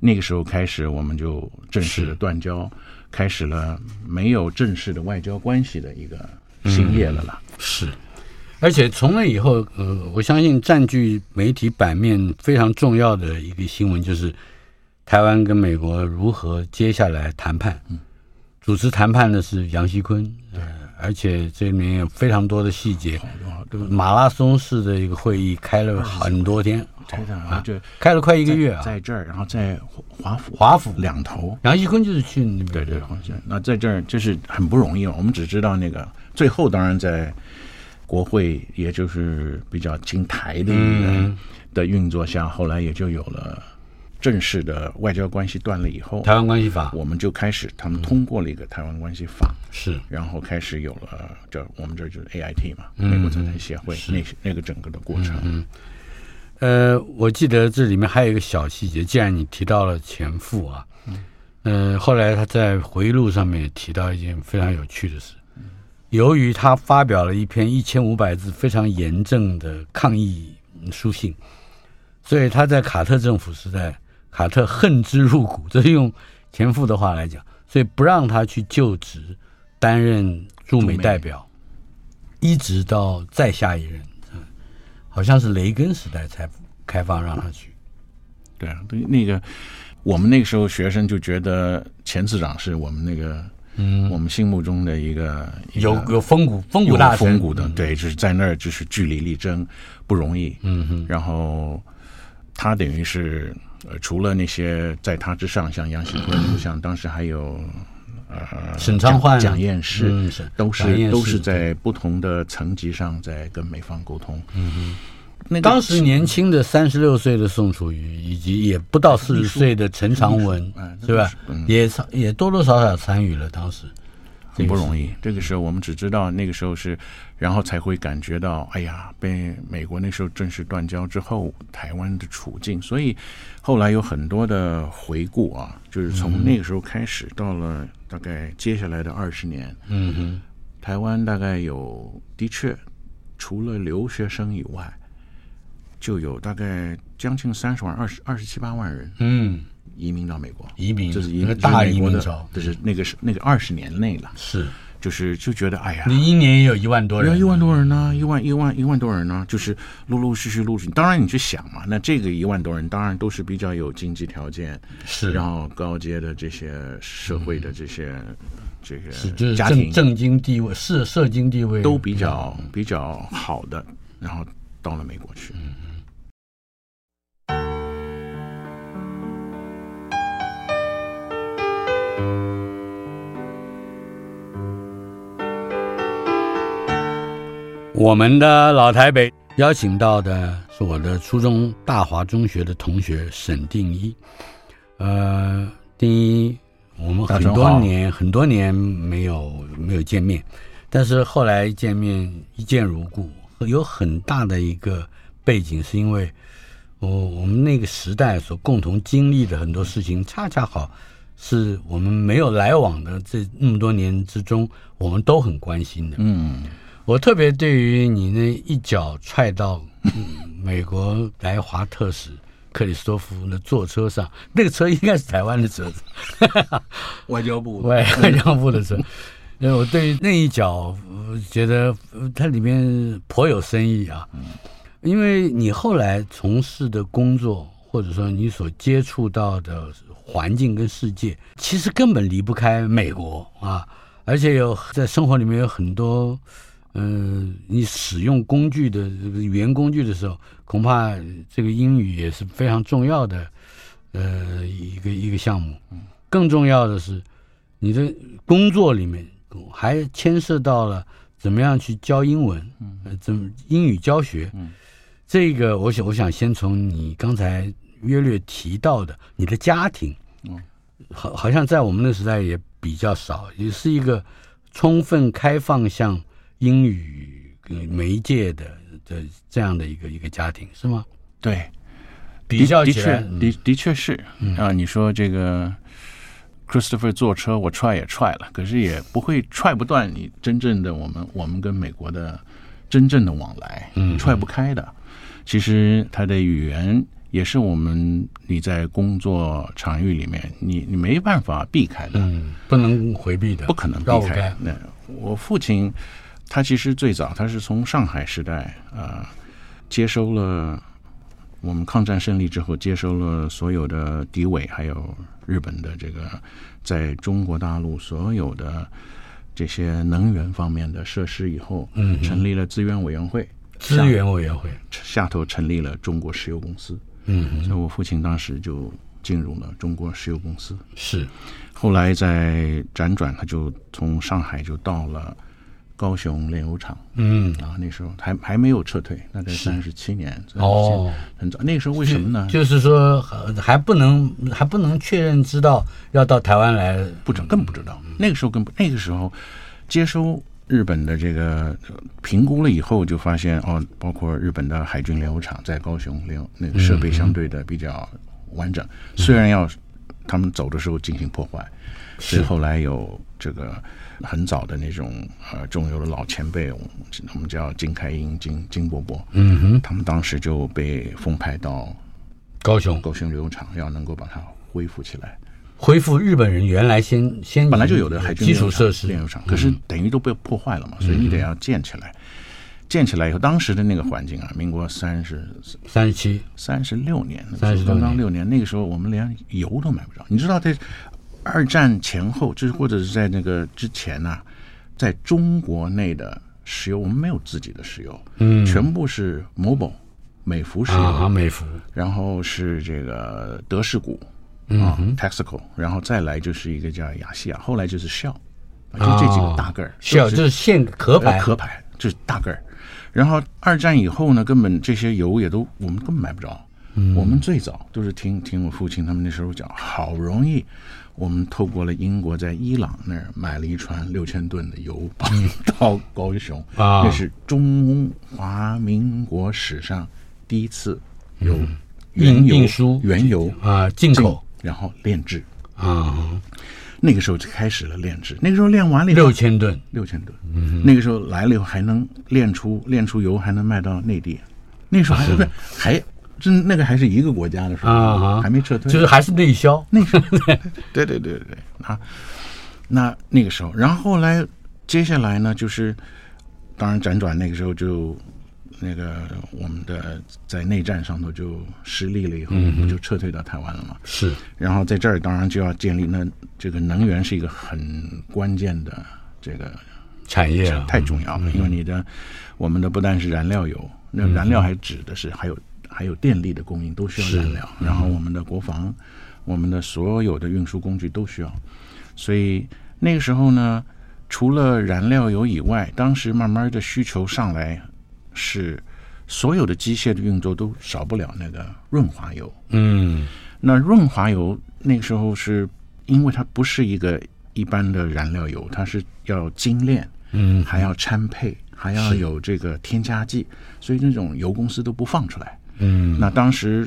[SPEAKER 4] 那个时候开始，我们就正式的断交，开始了没有正式的外交关系的一个新业了啦。
[SPEAKER 2] 是。而且从那以后，呃，我相信占据媒体版面非常重要的一个新闻就是台湾跟美
[SPEAKER 4] 嗯
[SPEAKER 2] 国如何接下来谈判。主持谈判的是杨锡坤，呃而且这里面有非常多的细节。
[SPEAKER 4] 好多
[SPEAKER 2] 马拉松式的一个会议开了很多天，
[SPEAKER 4] 真的，然后就
[SPEAKER 2] 开了快嗯哦一个月
[SPEAKER 4] 在
[SPEAKER 2] 啊。
[SPEAKER 4] 在这儿，然后在华华府
[SPEAKER 2] 华府
[SPEAKER 4] 两头，
[SPEAKER 2] 杨锡坤就是去那边，
[SPEAKER 4] 对对，对，黄先生那在这儿就是很不容易了。我们只知道那个最后，当然在国会，也就是比较经台的一个、
[SPEAKER 2] 嗯
[SPEAKER 4] 的运作下，后来也就有了正式的外交关系断了以后，
[SPEAKER 2] 台湾关系法
[SPEAKER 4] 我们就开始他们通过了一个台湾关系法，
[SPEAKER 2] 是
[SPEAKER 4] 然后开始有了这我们这就是 AIT 嘛，
[SPEAKER 2] 嗯
[SPEAKER 4] 美国在台协会、那那个整个的过程。
[SPEAKER 2] 呃，我记得这里面还有一个小细节，既然你提到了前夫啊，呃，后来他在回忆录上面也提到一件非常有趣的事，由于他发表了一篇一千五百字非常严正的抗议书信，所以他在卡特政府时代，卡特恨之入骨，这是用前夫的话来讲，所以不让他去就职担任驻美代表，一直到再下一任。好像是雷根时代才开放让他去。
[SPEAKER 4] 对啊，对那个我们那个时候学生就觉得前次长是我们那个嗯，我们心目中的一个一
[SPEAKER 2] 有
[SPEAKER 4] 个
[SPEAKER 2] 有风骨，风骨
[SPEAKER 4] 有
[SPEAKER 2] 大神
[SPEAKER 4] 风骨的，对，就是在那儿就是据理力争不容易，
[SPEAKER 2] 嗯哼，
[SPEAKER 4] 然后他等于是呃，除了那些在他之上，像杨 锡坤，像当时还有呃
[SPEAKER 2] 沈昌
[SPEAKER 4] 蒋
[SPEAKER 2] 焕
[SPEAKER 4] 蒋彦士，
[SPEAKER 2] 嗯是
[SPEAKER 4] 都
[SPEAKER 2] 蒋
[SPEAKER 4] 是
[SPEAKER 2] 彦士
[SPEAKER 4] 都是在不同的层级上在跟美方沟通。嗯哼，那个
[SPEAKER 2] 当时年轻的三十六岁的宋楚瑜，以及也不到四十岁的陈长文
[SPEAKER 4] 哎，那
[SPEAKER 2] 对
[SPEAKER 4] 都
[SPEAKER 2] 吧
[SPEAKER 4] 是？嗯
[SPEAKER 2] 也参也多多少少参与了当时。
[SPEAKER 4] 很不容易。这个时候我们只知道那个时候是，然后才会感觉到，哎呀，被美国那时候正式断交之后，台湾的处境。所以后来有很多的回顾啊，就是
[SPEAKER 2] 嗯
[SPEAKER 4] 从那个时候开始，到了大概接下来的二十年，
[SPEAKER 2] 嗯哼，
[SPEAKER 4] 台湾大概有的确除了留学生以外，就有大概将近三十万、二十二十七八万人
[SPEAKER 2] 嗯，
[SPEAKER 4] 移民到美国。
[SPEAKER 2] 移民
[SPEAKER 4] 这是
[SPEAKER 2] 一
[SPEAKER 4] 移
[SPEAKER 2] 个
[SPEAKER 4] 民
[SPEAKER 2] 大移民
[SPEAKER 4] 潮
[SPEAKER 2] 潮，，
[SPEAKER 4] 就是那个是那个二十年内了，
[SPEAKER 2] 是
[SPEAKER 4] 就是就觉得哎呀，
[SPEAKER 2] 你一年也有一万多
[SPEAKER 4] 要
[SPEAKER 2] 人，
[SPEAKER 4] 一万多人呢，一万一万一万多人呢，就是陆陆续续陆续。当然你去想嘛，那这个一万多人当然都是比较有经济条件，
[SPEAKER 2] 是
[SPEAKER 4] 然后高阶的这些社会的这些、嗯这
[SPEAKER 2] 是就
[SPEAKER 4] 个
[SPEAKER 2] 是
[SPEAKER 4] 家
[SPEAKER 2] 政
[SPEAKER 4] 庭
[SPEAKER 2] 政经地位、社社经地位
[SPEAKER 4] 都比较比较好的，然后到了美国去。
[SPEAKER 2] 我们的老台北邀请到的是我的初中大华中学的同学沈定一，呃，定一，我们很
[SPEAKER 4] 大家
[SPEAKER 2] 多
[SPEAKER 4] 好
[SPEAKER 2] 年很多年没有没有见面，但是后来见面一见如故，有很大的一个背景是因为我我们那个时代所共同经历的很多事情，恰恰好是我们没有来往的这那么多年之中，我们都很关心的。
[SPEAKER 4] 嗯，
[SPEAKER 2] 我特别对于你那一脚踹到、嗯美国来华特使克里斯托弗的坐车上，那个车应该是台湾的车子，
[SPEAKER 4] 外交 部
[SPEAKER 2] 外外交部的车。那我对于那一脚呃觉得呃它里面颇有深意啊，因为你后来从事的工作，或者说你所接触到的环境跟世界，其实根本离不开美国啊，而且有在生活里面有很多嗯，你使用工具的这个语言工具的时候，恐怕这个英语也是非常重要的，呃，一个一个项目。更重要的是，你的工作里面还牵涉到了怎么样去教英文，
[SPEAKER 4] 嗯
[SPEAKER 2] 呃，怎么英语教学。这个我想，我想先从你刚才约略提到的你的家庭，
[SPEAKER 4] 嗯
[SPEAKER 2] 好，好像在我们那时代也比较少，也是一个充分开放向英语呃媒介的的这样的一个一个家庭，是吗？
[SPEAKER 4] 对，
[SPEAKER 2] 比较
[SPEAKER 4] 的
[SPEAKER 2] 起来嗯
[SPEAKER 4] 确，的的确是啊。你说这个 Christopher 坐车，我踹也踹了，可是也不会踹不断你真正的我们我们跟美国的真正的往来，
[SPEAKER 2] 嗯
[SPEAKER 4] 踹不开的。其实他的语言也是我们你在工作场域里面，你你没办法避开的。
[SPEAKER 2] 嗯，不能回避的，
[SPEAKER 4] 不可能
[SPEAKER 2] 绕不
[SPEAKER 4] 避开
[SPEAKER 2] 开。。
[SPEAKER 4] 那我父亲，他其实最早他是从上海时代啊、呃接收了我们抗战胜利之后，接收了所有的敌伪，还有日本的这个在中国大陆所有的这些能源方面的设施以后，
[SPEAKER 2] 嗯
[SPEAKER 4] 成立了资源委员会，
[SPEAKER 2] 资源委员会，
[SPEAKER 4] 下头成立了中国石油公司。
[SPEAKER 2] 嗯，
[SPEAKER 4] 所以我父亲当时就进入了中国石油公司。
[SPEAKER 2] 是，
[SPEAKER 4] 后来在辗转，他就从上海就到了高雄炼油厂
[SPEAKER 2] 嗯，
[SPEAKER 4] 啊，那时候还还没有撤退，大概三十七年，
[SPEAKER 2] 哦，
[SPEAKER 4] 很早。那个时候为什么呢？
[SPEAKER 2] 就是说呃还不能还不能确认知道要到台湾来，
[SPEAKER 4] 不知更不知道，那个时候更不那个时候接收日本的这个呃评估了以后，就发现哦，包括日本的海军炼油厂在高雄炼油那个设备相对的比较完整，虽然要他们走的时候进行破坏，所以后来有这个很早的那种呃中游的老前辈，我们我们叫金开英、金金伯伯，
[SPEAKER 2] 嗯哼，
[SPEAKER 4] 他们当时就被奉派到
[SPEAKER 2] 高雄
[SPEAKER 4] 高雄炼油厂，要能够把它恢复起来。
[SPEAKER 2] 恢复日本人原来先先
[SPEAKER 4] 本来就有的海军
[SPEAKER 2] 嗯基
[SPEAKER 4] 炼
[SPEAKER 2] 础
[SPEAKER 4] 油厂
[SPEAKER 2] 设施嗯
[SPEAKER 4] 炼油厂，可是等于都被破坏了嘛，所以你得要建起来。建起来以后，当时的那个环境
[SPEAKER 2] 嗯
[SPEAKER 4] 啊，民国三十
[SPEAKER 2] 三十七，
[SPEAKER 4] 三十六年，
[SPEAKER 2] 36年
[SPEAKER 4] 刚刚六年，那个时候我们连油都买不着。你知道，在二战前后，就是或者是在那个之前呢、在中国内的石油，我们没有自己的石油，
[SPEAKER 2] 嗯，
[SPEAKER 4] 全部是某某美孚石油，
[SPEAKER 2] 啊，美孚，
[SPEAKER 4] 然后是这个德士古啊、Texaco，然后再来就是一个叫雅西亚，后来就是 Shell，啊就这几个大个儿，
[SPEAKER 2] 小就是现壳
[SPEAKER 4] 壳牌，
[SPEAKER 2] 牌，
[SPEAKER 4] 壳牌就是大个儿。然后二战以后呢，根本这些油也都我们根本买不着。
[SPEAKER 2] 嗯
[SPEAKER 4] 我们最早都是听听我父亲他们那时候讲，好容易我们透过了英国在伊朗那儿买了一船六千吨的油，搬到高雄，
[SPEAKER 2] 嗯啊
[SPEAKER 4] 那是中华民国史上第一次有原
[SPEAKER 2] 运
[SPEAKER 4] 油
[SPEAKER 2] 嗯运输
[SPEAKER 4] 原油
[SPEAKER 2] 啊，进
[SPEAKER 4] 进
[SPEAKER 2] 口，
[SPEAKER 4] 然后炼制。
[SPEAKER 2] 啊，
[SPEAKER 4] 那个时候就开始了炼制，那个时候炼完了以后
[SPEAKER 2] 六千吨，
[SPEAKER 4] 六千吨，
[SPEAKER 2] 嗯
[SPEAKER 4] 那个时候来了以后还能炼出炼出油，还能卖到内地。那时候还不是还真那个还是一个国家的时候，
[SPEAKER 2] 啊哈
[SPEAKER 4] 还没撤退，
[SPEAKER 2] 就是还是内销，
[SPEAKER 4] 那时候对对对对对啊，那那个时候，然后后来接下来呢，就是当然辗转那个时候就那个我们的在内战上头就失利了以后，
[SPEAKER 2] 嗯
[SPEAKER 4] 我们就撤退到台湾了嘛。
[SPEAKER 2] 是
[SPEAKER 4] 然后在这儿当然就要建立那这个能源是一个很关键的这个
[SPEAKER 2] 产业啊了，
[SPEAKER 4] 太重要了，因为你的我们的不但是燃料油，那燃料还指的是还有还有电力的供应都需要燃料，然后我们的国防，我们的所有的运输工具都需要，所以那个时候呢，除了燃料油以外，当时慢慢的需求上来是。所有的机械的运作都少不了那个润滑油，
[SPEAKER 2] 嗯，
[SPEAKER 4] 那润滑油那个时候是因为它不是一个一般的燃料油，它是要精炼，
[SPEAKER 2] 嗯，
[SPEAKER 4] 还要掺配，还要有这个添加剂，所以那种油公司都不放出来。
[SPEAKER 2] 嗯，
[SPEAKER 4] 那当时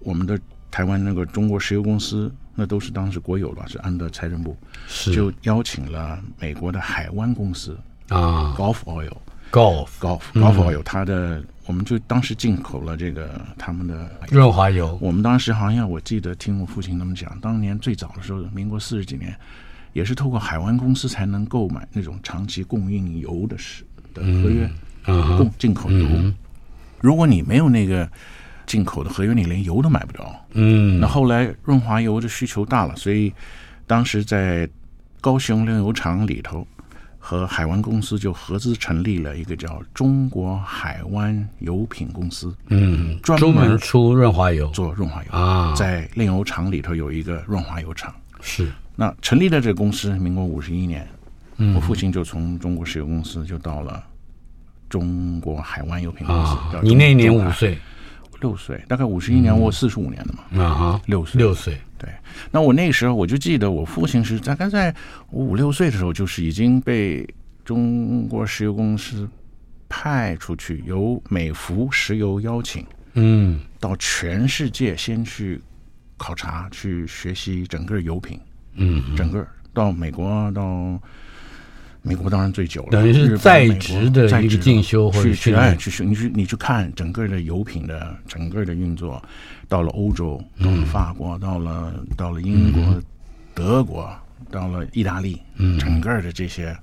[SPEAKER 4] 我们的台湾那个中国石油公司，那都是当时国有了，是安的财政部，
[SPEAKER 2] 是
[SPEAKER 4] 就邀请了美国的海湾公司
[SPEAKER 2] 啊
[SPEAKER 4] Gulf Oil，
[SPEAKER 2] ，Golf
[SPEAKER 4] Gulf Gulf Oil，它的我们就当时进口了这个他们的
[SPEAKER 2] 润滑油，
[SPEAKER 4] 我们当时好像我记得听我父亲他们讲，当年最早的时候，民国四十几年，也是透过海湾公司才能购买那种长期供应油的是的合约，
[SPEAKER 2] 嗯
[SPEAKER 4] 供进口油。如果你没有那个进口的合约，你连油都买不着。
[SPEAKER 2] 嗯
[SPEAKER 4] 那后来润滑油的需求大了，所以当时在高雄炼油厂里头和海湾公司就合资成立了一个叫中国海湾油品公司，
[SPEAKER 2] 嗯，
[SPEAKER 4] 专
[SPEAKER 2] 专门
[SPEAKER 4] 门
[SPEAKER 2] 出润滑油
[SPEAKER 4] 做润滑油。
[SPEAKER 2] 啊，
[SPEAKER 4] 在炼油厂里头有一个润滑油厂。
[SPEAKER 2] 是
[SPEAKER 4] 那成立了这个公司，民国五十一年，
[SPEAKER 2] 嗯
[SPEAKER 4] 我父亲就从中国石油公司就到了中国海湾油品公司。
[SPEAKER 2] 啊
[SPEAKER 4] 叫，
[SPEAKER 2] 你
[SPEAKER 4] 中
[SPEAKER 2] 那一年
[SPEAKER 4] 中海
[SPEAKER 2] 五岁
[SPEAKER 4] 六岁，大概五十一年，我四十五年的嘛，
[SPEAKER 2] 啊哈，
[SPEAKER 4] 六岁。
[SPEAKER 2] 六岁，
[SPEAKER 4] 对，那我那时候我就记得，我父亲是大概在我五六岁的时候，就是已经被中国石油公司派出去，由美孚石油邀请。
[SPEAKER 2] 嗯，
[SPEAKER 4] 到全世界先去考察、去学习整个油品，
[SPEAKER 2] 嗯，
[SPEAKER 4] 整个到美国到。美国当然最久了，
[SPEAKER 2] 等于是
[SPEAKER 4] 日本
[SPEAKER 2] 在
[SPEAKER 4] 美国
[SPEAKER 2] 职的
[SPEAKER 4] 在
[SPEAKER 2] 一个
[SPEAKER 4] 职的
[SPEAKER 2] 进修或者
[SPEAKER 4] 去
[SPEAKER 2] 训
[SPEAKER 4] 去
[SPEAKER 2] 练
[SPEAKER 4] 哎去去，你去你去看整个的油品的整个的运作，到了欧洲，到了法国，到了到了英国、
[SPEAKER 2] 嗯
[SPEAKER 4] 德国，到了意大利，整个的这些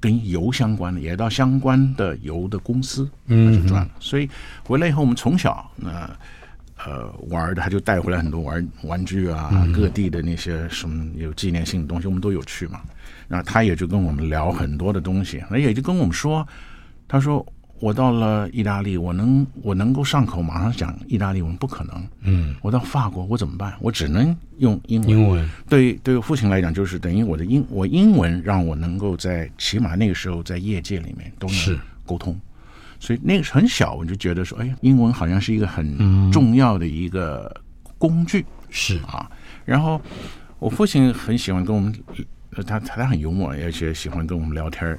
[SPEAKER 4] 跟油相关的，也到相关的油的公司，嗯，就赚了。所以回来以后，我们从小那。呃呃玩儿的，他就带回来很多玩玩具啊，各地的那些什么有纪念性的东西，我们都有去嘛。然后他也就跟我们聊很多的东西，那也就跟我们说，他说我到了意大利，我能我能够上口马上讲意大利文不可能，
[SPEAKER 2] 嗯，
[SPEAKER 4] 我到法国我怎么办？我只能用英文。
[SPEAKER 2] 英文
[SPEAKER 4] 对对父亲来讲，就是等于我的英我英文让我能够在起码那个时候在业界里面都
[SPEAKER 2] 是
[SPEAKER 4] 能沟通，所以那个时候很小我就觉得说，哎呀，英文好像是一个很重要的一个工具。
[SPEAKER 2] 是
[SPEAKER 4] 啊。然后我父亲很喜欢跟我们，呃他他他很幽默，而且喜欢跟我们聊天儿。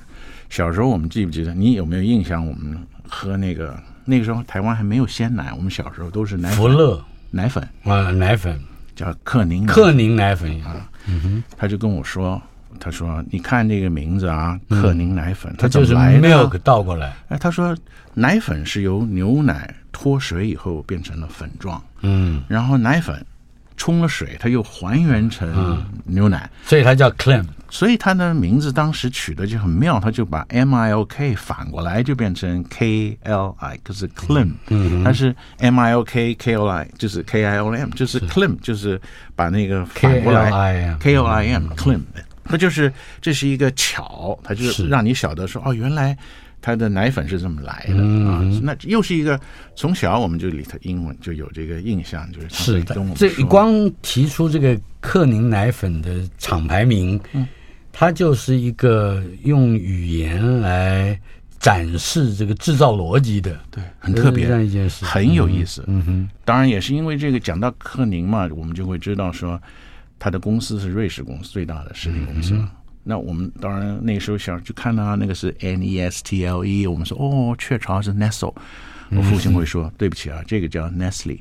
[SPEAKER 4] 小时候我们记不记得？你有没有印象？我们喝那个那个时候台湾还没有鲜奶，我们小时候都是奶
[SPEAKER 2] 福
[SPEAKER 4] 粉，
[SPEAKER 2] 乐
[SPEAKER 4] 奶粉
[SPEAKER 2] 啊，奶粉，
[SPEAKER 4] 叫克宁奶。
[SPEAKER 2] 克宁奶粉啊，
[SPEAKER 4] 他就跟我说。他说：“你看这个名字啊，克宁奶粉，它怎
[SPEAKER 2] 嗯就
[SPEAKER 4] 么
[SPEAKER 2] 是
[SPEAKER 4] 来的啊
[SPEAKER 2] milk？倒过来，
[SPEAKER 4] 哎，他说奶粉是由牛奶脱水以后变成了粉状，
[SPEAKER 2] 嗯，
[SPEAKER 4] 然后奶粉冲了水，它又还原
[SPEAKER 2] 嗯
[SPEAKER 4] 成牛奶，
[SPEAKER 2] 所以它叫 clam，
[SPEAKER 4] 所以它的名字当时取的就很妙，他就把 M I L K 反过来就变成 K L I，就是 clim，它
[SPEAKER 2] 嗯
[SPEAKER 4] 是 M I L K K L I，就是 K I L M，就是 clim，就是把那个反过来
[SPEAKER 2] KLIM
[SPEAKER 4] K L I
[SPEAKER 2] 嗯
[SPEAKER 4] M clim，它就是这是一个巧，它就是
[SPEAKER 2] 是
[SPEAKER 4] 让你晓得说哦，原来。它的奶粉是这么来的啊，
[SPEAKER 2] 嗯
[SPEAKER 4] 那又是一个从小我们就里头英文就有这个印象，就是他
[SPEAKER 2] 是
[SPEAKER 4] 会
[SPEAKER 2] 的
[SPEAKER 4] 跟我们
[SPEAKER 2] 这
[SPEAKER 4] 说
[SPEAKER 2] 光提出这个克宁奶粉的厂牌名，
[SPEAKER 4] 嗯
[SPEAKER 2] 它就是一个用语言来展示这个制造逻辑的，
[SPEAKER 4] 对很特别
[SPEAKER 2] 这样一件事，
[SPEAKER 4] 很有意思。嗯哼，当然也是因为这个讲到克宁嘛，我们就会知道说，他的公司是瑞士公司最大的食品公司嘛。那我们当然那时候小就看到那个是 N E S T L E，我们说哦，雀巢是 Nestle，我父亲会说、对不起啊，这个叫 Nestle，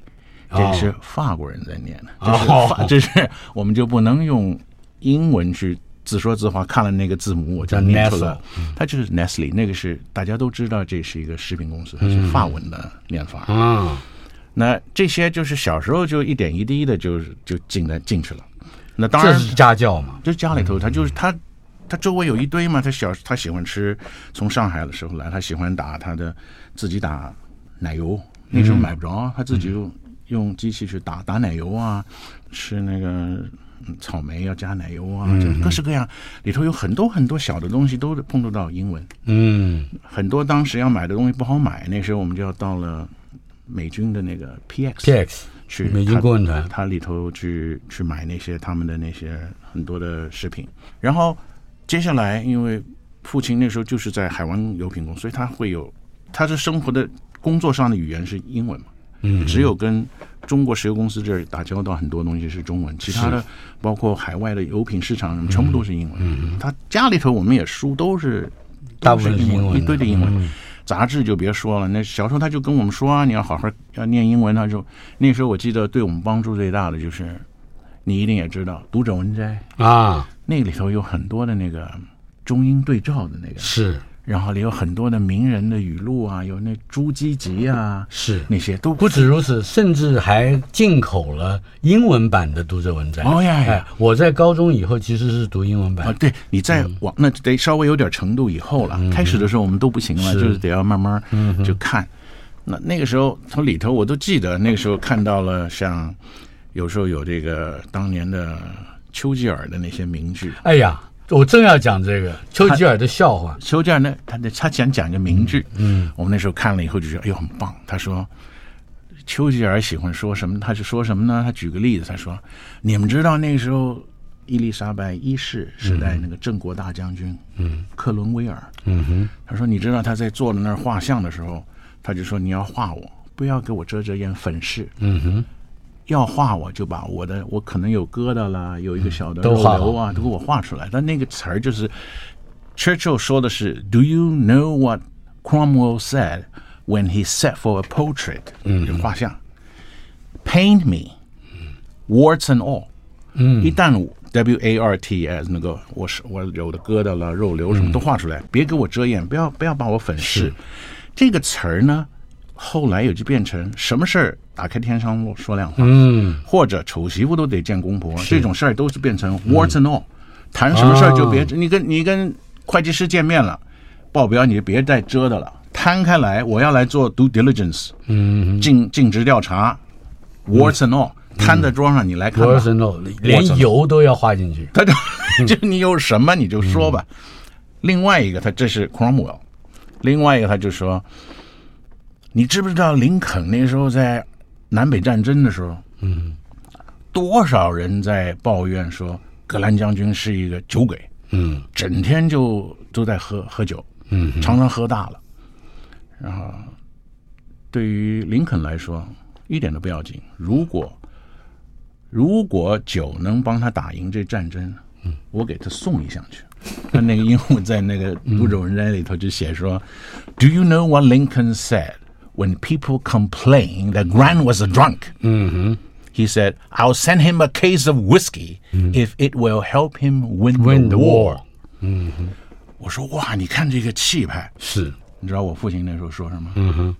[SPEAKER 4] 这个是法国人在念的，这是法，这是我们就不能用英文去自说自话。看了那个字母我就念出来
[SPEAKER 2] 嗯 Nestle，，
[SPEAKER 4] 它就是 Nestle，那个是大家都知道，这是一个食品公
[SPEAKER 2] 嗯
[SPEAKER 4] 司，它是法文的念法。
[SPEAKER 2] 啊，
[SPEAKER 4] 那这些就是小时候就一点一滴的就就进来进去了。那当
[SPEAKER 2] 这
[SPEAKER 4] 然，
[SPEAKER 2] 是嗯家教嘛，
[SPEAKER 4] 就家里头，他就是他，他周围有一堆嘛。他小他喜欢吃，从上海的时候来，他喜欢打他的自己打奶油，那时
[SPEAKER 2] 嗯
[SPEAKER 4] 候买不着，他自己用用机器去打打奶油啊，吃那个嗯草莓要加奶油啊，
[SPEAKER 2] 嗯
[SPEAKER 4] 就各式各样，里头有很多很多小的东西都碰触到英文。
[SPEAKER 2] 嗯，
[SPEAKER 4] 很多当时要买的东西不好买，那时候我们就要到了美军的那个 PX
[SPEAKER 2] PX
[SPEAKER 4] 去
[SPEAKER 2] 美军
[SPEAKER 4] 它
[SPEAKER 2] 顾问团
[SPEAKER 4] 它里头去去买那些他们的那些很多的食品。然后接下来，因为父亲那时候就是在海湾油品工，所以他会有他的生活的工作上的语言是英文嘛。嗯，只有跟中国石油公司这儿打交道，很多东西是中文，其他的包括海外的油品市场什么，全部都是英文。他家里头我们也书都是
[SPEAKER 2] 嗯大部分
[SPEAKER 4] 都
[SPEAKER 2] 是
[SPEAKER 4] 是
[SPEAKER 2] 英
[SPEAKER 4] 英
[SPEAKER 2] 文
[SPEAKER 4] 文，
[SPEAKER 2] 的嗯
[SPEAKER 4] 一堆的英文。杂志就别说了，那小时候他就跟我们说啊，你要好好要念英文。他就那时候我记得对我们帮助最大的就是，你一定也知道《读者文摘》
[SPEAKER 2] 啊，
[SPEAKER 4] 那里头有很多的那个中英对照的那个，
[SPEAKER 2] 是
[SPEAKER 4] 然后里有很多的名人的语录啊，有那朱基吉啊，
[SPEAKER 2] 是。
[SPEAKER 4] 那些都
[SPEAKER 2] 不止如此，甚至还进口了英文版的读者文摘。
[SPEAKER 4] 哦呀呀
[SPEAKER 2] 哎我在高中以后其实是读英文版
[SPEAKER 4] 啊，，对，你再往那得稍微有点程度以后了。开始的时候我们都不行了，
[SPEAKER 2] 是
[SPEAKER 4] 就是得要慢慢就看。那那个时候从里头我都记得，那个时候看到了像有时候有这个当年的丘吉尔的那些名句。
[SPEAKER 2] 哎呀，我正要讲这个丘吉尔的笑话。
[SPEAKER 4] 丘吉尔啊呢，他他想讲一个名句，嗯，我们那时候看了以后就觉得，哎呦，很棒。他说，丘吉尔喜欢说什么？他是说什么呢？他举个例子，他说，你们知道那个时候伊丽莎白一世时代那个郑国大将军，嗯，克伦威尔，嗯哼，他说，你知道他在坐在那儿画像的时候，他就说，你要画我，不要给我遮遮掩粉饰，
[SPEAKER 2] 嗯哼，
[SPEAKER 4] 要画我就把我的我可能有疙瘩啦，有一个小的
[SPEAKER 2] 嗯都
[SPEAKER 4] 肉
[SPEAKER 2] 画
[SPEAKER 4] 瘤啊，都给我画出来。但那个词儿就是，Churchill 说的是 “Do you know what Cromwell said when he sat for a portrait？” 嗯，就画像，paint me, warts and all。嗯，一旦 W A R T S 那个我是我有的疙瘩了、肉瘤什么都画出来，别给我遮掩，不要不要把我粉饰。这个词儿呢，后来也就变成什么事儿打开天窗说说亮话，嗯，或者丑媳妇都得见公婆，这种事儿都是嗯变成 warts and all，、谈什么事儿就别、你跟你跟会计师见面了，报表你就别再折腾了，摊开来，我要来做 due diligence，嗯，尽尽职调查， ，warts and all，摊在桌上，你来看吧。
[SPEAKER 2] 罗森诺连油都要画进去。
[SPEAKER 4] 他这 就你有什么你就说吧。另外一个，他这是 Cromwell，另外一个他就说，你知不知道林肯那时候在南北战争的时候，嗯，多少人在抱怨说格兰将军是一个酒鬼，
[SPEAKER 2] 嗯
[SPEAKER 4] 整天就都在喝喝酒，
[SPEAKER 2] 嗯
[SPEAKER 4] 常常喝大了。然后，对于林肯来说，一点都不要紧。如果如果酒能帮他打赢这战争，我给他送一项去。他那个英文在那个不种人里头就写说、d o you know what Lincoln said when people complain that Grant was a drunk？” Mm-hmm.
[SPEAKER 2] 嗯
[SPEAKER 4] He said, "I'll send him a case of whiskey if it will help him Mm. win
[SPEAKER 2] 哼
[SPEAKER 4] the war."
[SPEAKER 2] 嗯，
[SPEAKER 4] 我说哇，你看这个气派，
[SPEAKER 2] 是
[SPEAKER 4] 你知道我父亲那时候说什么？嗯哼，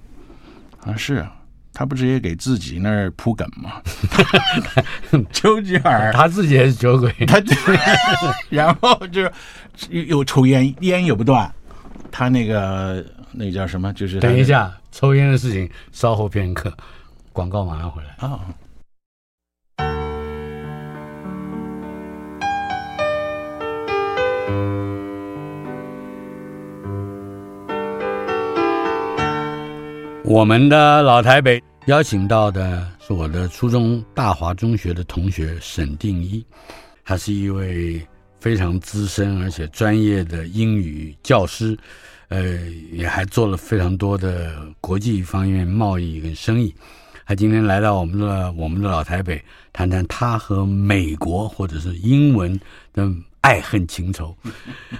[SPEAKER 4] 啊是啊，他不直接给自己那儿铺梗吗？ 丘吉尔，
[SPEAKER 2] 他自己也是酒鬼。
[SPEAKER 4] 他然后就是又又抽烟，烟也不断，他那个那叫什么？就是他
[SPEAKER 2] 等
[SPEAKER 4] 的
[SPEAKER 2] 一下，抽烟的事情稍后片刻，广告马上回来。
[SPEAKER 4] 啊。
[SPEAKER 2] 我们的老台北邀请到的是我的初中大华中学的同学沈定一，他是一位非常资深而且专业的英语教师，呃，也还做了非常多的国际方面贸易跟生意。他今天来到我们的我们的老台北，谈谈他和美国或者是英文的爱恨情仇。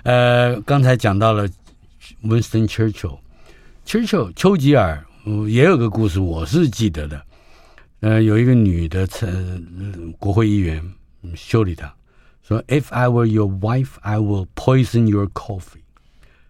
[SPEAKER 2] 呃，刚才讲到了 Winston Churchill，Churchill 丘吉尔、嗯也有个故事，我是记得的。呃，有一个女的参、呃国会议员、嗯修理他，说：“If I were your wife, I will poison your coffee。”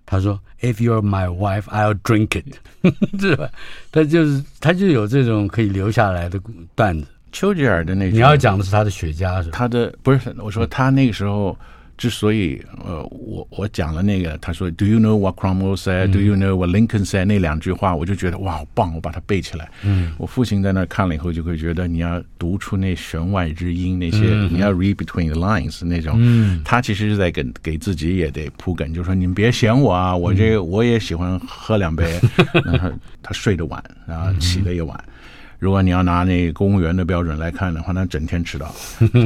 [SPEAKER 2] 他说：“If you're my wife, I'll drink it。” 是吧？他就是他就有这种可以留下来的故段子。
[SPEAKER 4] 丘吉尔的那句
[SPEAKER 2] 你要讲的是他的雪茄是吧？
[SPEAKER 4] 他的不是我说他那个时候之所以呃，我我讲了那个，他说 Do you know what Cromwell said? Do you know what Lincoln said? 那两句话，我就觉得哇，好棒！我把它背起来。嗯，我父亲在那儿看了以后，就会觉得你要读出那弦外之音，那些、你要 read between the lines 那种。嗯，他其实是在给给自己也得铺梗，就说你们别嫌我啊，我这个我也喜欢喝两 杯。然后他睡得晚，然后起得也晚。如果你要拿那公务员的标准来看的话，那整天 迟到。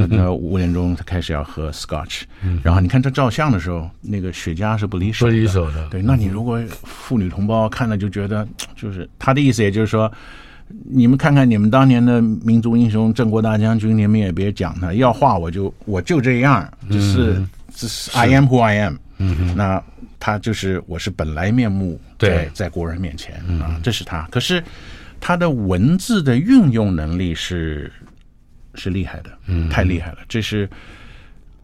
[SPEAKER 4] 那五点钟他开始要喝 Scotch，然后你看他照相的时候，那个雪茄是不离
[SPEAKER 2] 嗯
[SPEAKER 4] 手
[SPEAKER 2] 不
[SPEAKER 4] 的，
[SPEAKER 2] 离手的
[SPEAKER 4] 对，那你如果妇女同胞看了就觉得，就是他的意思，也就是说，你们看看你们当年的民族英雄郑国大将军，你们也别讲他，要画我就我就这样，只是
[SPEAKER 2] 嗯
[SPEAKER 4] 只是 I am who I am。嗯，那他就是我是本来面目在，
[SPEAKER 2] 对
[SPEAKER 4] 在国人面前啊，这是他。可是他的文字的运用能力是是厉害的，嗯，太厉害了，这是。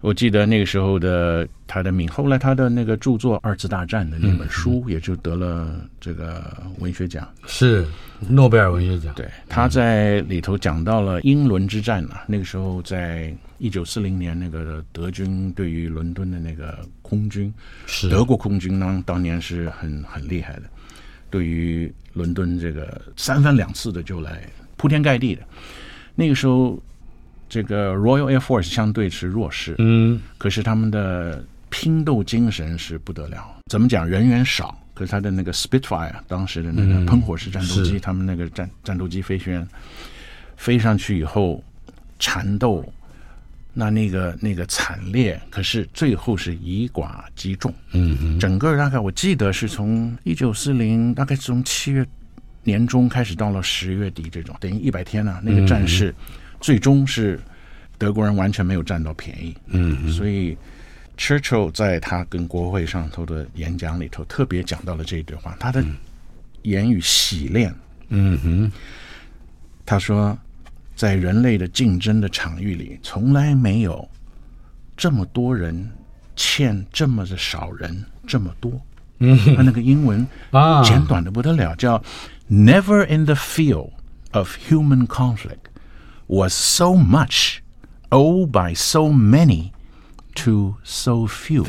[SPEAKER 4] 我记得那个时候的他的名，后来他的那个著作《二次大战》的那本书，也就得了这个文学奖。
[SPEAKER 2] 是诺贝尔文学奖。
[SPEAKER 4] 对，他在里头讲到了英伦之战啊，那个时候在一九四零年，那个德军对于伦敦的那个空军，
[SPEAKER 2] 是
[SPEAKER 4] 德国空军当当年是很很厉害的，对于伦敦这个三番两次的就来铺天盖地的。那个时候，这个 Royal Air Force 相对是弱势，
[SPEAKER 2] 嗯，
[SPEAKER 4] 可是他们的拼斗精神是不得了。怎么讲？人员少，可是他的那个 Spitfire 当时的那个喷火式战斗机，
[SPEAKER 2] 是
[SPEAKER 4] 他们那个战战斗机飞行员飞上去以后缠斗，那那个那个惨烈，可是最后是以寡击众。
[SPEAKER 2] 嗯哼，
[SPEAKER 4] 整个大概我记得是从一九四零，大概从七月年中开始，到了十月底这种，等于一百天呢、那个战事最终是德国人完全没有占到便宜。嗯，所以 Churchill 在他跟国会上头的演讲里头特别讲到了这一句话，他的言语洗练。
[SPEAKER 2] 嗯哼，
[SPEAKER 4] 他说，在人类的竞争的场域里，从来没有这么多人欠这么的少人这么多。嗯，他那个英文
[SPEAKER 2] 啊
[SPEAKER 4] 简短的不得了，叫 “Never in the field of human conflict was so much owed by so many to so few”。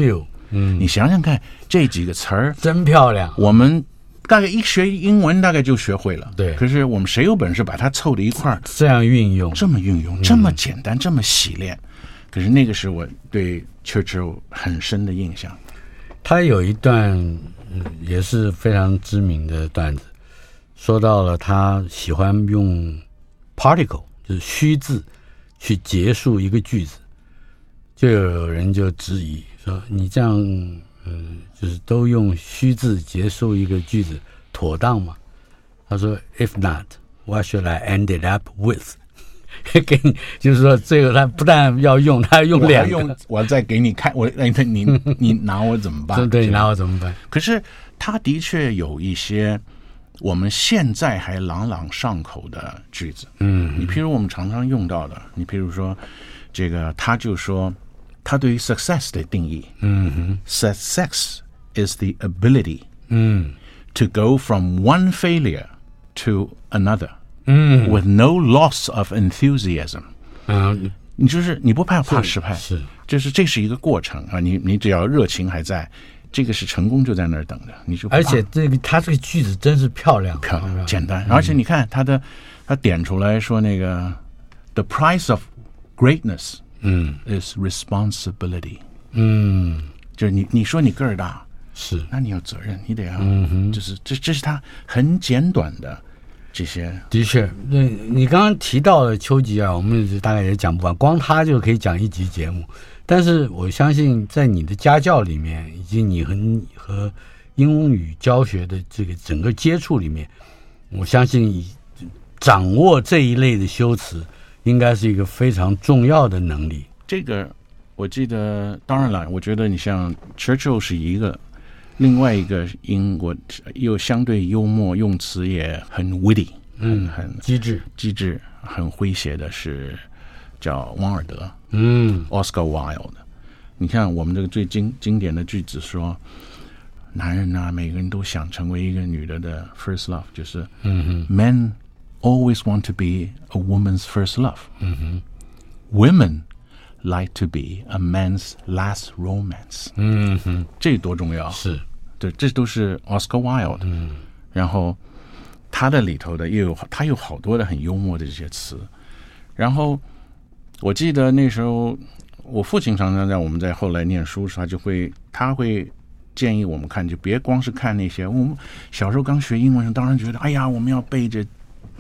[SPEAKER 2] 嗯，feel
[SPEAKER 4] 你想想看，这几个词儿
[SPEAKER 2] 真漂亮。
[SPEAKER 4] 我们大概一学英文大概就学会了。
[SPEAKER 2] 对
[SPEAKER 4] 可是我们谁有本事把它凑到一块儿，
[SPEAKER 2] 这样运用，
[SPEAKER 4] 这么运
[SPEAKER 2] 嗯
[SPEAKER 4] 用，这么简单，这么洗练？可是那个是我对 Churchill 很深的印象。
[SPEAKER 2] 他有一段、嗯、也是非常知名的段子，说到了他喜欢用 particle 就是虚字去结束一个句子，就有人就质疑说你这样嗯就是都用虚字结束一个句子妥当吗？他说 If not, what should I end it up with？给你就是说，最后他不但要用，他还用
[SPEAKER 4] 我
[SPEAKER 2] 两
[SPEAKER 4] 还
[SPEAKER 2] 个，
[SPEAKER 4] 用我再给你看，我哎，那你你拿我怎么办？
[SPEAKER 2] 对对，
[SPEAKER 4] 是吧
[SPEAKER 2] 然后怎么办？
[SPEAKER 4] 可是他的确有一些我们现在还朗朗上口的句子，嗯，你譬如我们常常用到的，你譬如说这个，他就说他对于 success 的定义，嗯哼，success is the ability，嗯，to go from one failure to another，嗯，with no loss of enthusiasm，
[SPEAKER 2] 嗯，
[SPEAKER 4] 你就是你不怕怕失败，
[SPEAKER 2] Uh, 是
[SPEAKER 4] 就是这是一个过程啊，你你只要热情还在，这个是成功就在那儿等着，你就不怕
[SPEAKER 2] 而且这个他这个句子真是啊漂亮，啊
[SPEAKER 4] 漂亮简单，而且你看他的他点出来说那个 the price of greatness，嗯，is responsibility，
[SPEAKER 2] 嗯，
[SPEAKER 4] 就是你你说你个儿大，
[SPEAKER 2] 是
[SPEAKER 4] 那你有责任，你得要，就是这这是他很简短的这些，
[SPEAKER 2] 的确。那你刚刚提到了丘吉啊尔，我们也大概也讲不完，光他就可以讲一集节目。但是我相信，在你的家教里面，以及你和和英语教学的这个整个接触里面，我相信以掌握这一类的修辞，应该是一个非常重要的能力。
[SPEAKER 4] 这个我记得，当然了，我觉得你像 Churchill 是一个，另外一个英国又相对幽默，用词也很 witty，嗯，很
[SPEAKER 2] 机智，
[SPEAKER 4] 机智、很诙谐的是叫王尔德
[SPEAKER 2] 嗯
[SPEAKER 4] （Oscar Wilde）。你看我们这个最经经典的句子说，男人呐、每个人都想成为一个女的的 first love，就是嗯 men always want to be a woman's first love，嗯哼，women like to be a man's last romance，
[SPEAKER 2] 嗯哼，
[SPEAKER 4] 这多重要！
[SPEAKER 2] 是
[SPEAKER 4] 对，这都是 Oscar Wilde。嗯，然后他的里头的也有他有好多的很幽默的这些词。然后我记得那时候我父亲常常在我们在后来念书时，他就会他会建议我们看，就别光是看那些我们小时候刚学英文时，当然觉得哎呀，我们要背这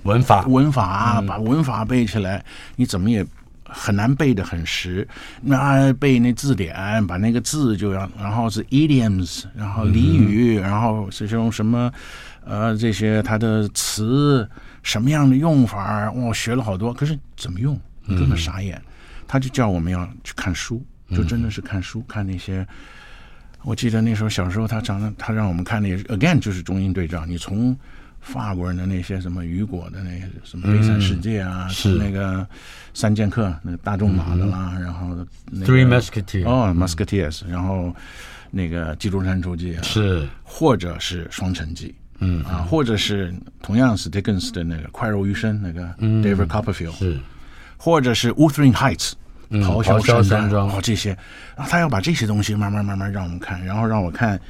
[SPEAKER 2] 文法，
[SPEAKER 4] 文法啊，把文法背起来，你怎么也很难背得很实。那背那字典，把那个字就要，然后是 idioms，然后俚语，然后是这种什么呃这些它的词什么样的用法，我、学了好多，可是怎么用根本傻眼。他就叫我们要去看书，
[SPEAKER 2] 嗯
[SPEAKER 4] 就真的是看书，看那些。我记得那时候小时候，他常常他让我们看那 again 就是中英对照，你从法国人的那些什么雨果的那些什么《悲惨世界》啊，
[SPEAKER 2] 嗯是嗯
[SPEAKER 4] 那个三剑客那个大仲马的啦，然后那个
[SPEAKER 2] Three Musketeers
[SPEAKER 4] 哦 Musketeers，然后那个《基督山周记》啊，
[SPEAKER 2] 是
[SPEAKER 4] 或者是《双城记》。嗯啊，或者是同样是 Dickens 的那个《快乐余生》那个
[SPEAKER 2] 嗯
[SPEAKER 4] David Copperfield，、
[SPEAKER 2] 是，
[SPEAKER 4] 或者是 Wuthering Heights，咆哮
[SPEAKER 2] 咆哮嗯山
[SPEAKER 4] 山
[SPEAKER 2] 庄
[SPEAKER 4] 哦，这些，然后他要把这些东西慢慢慢慢让我们看，然后让我看，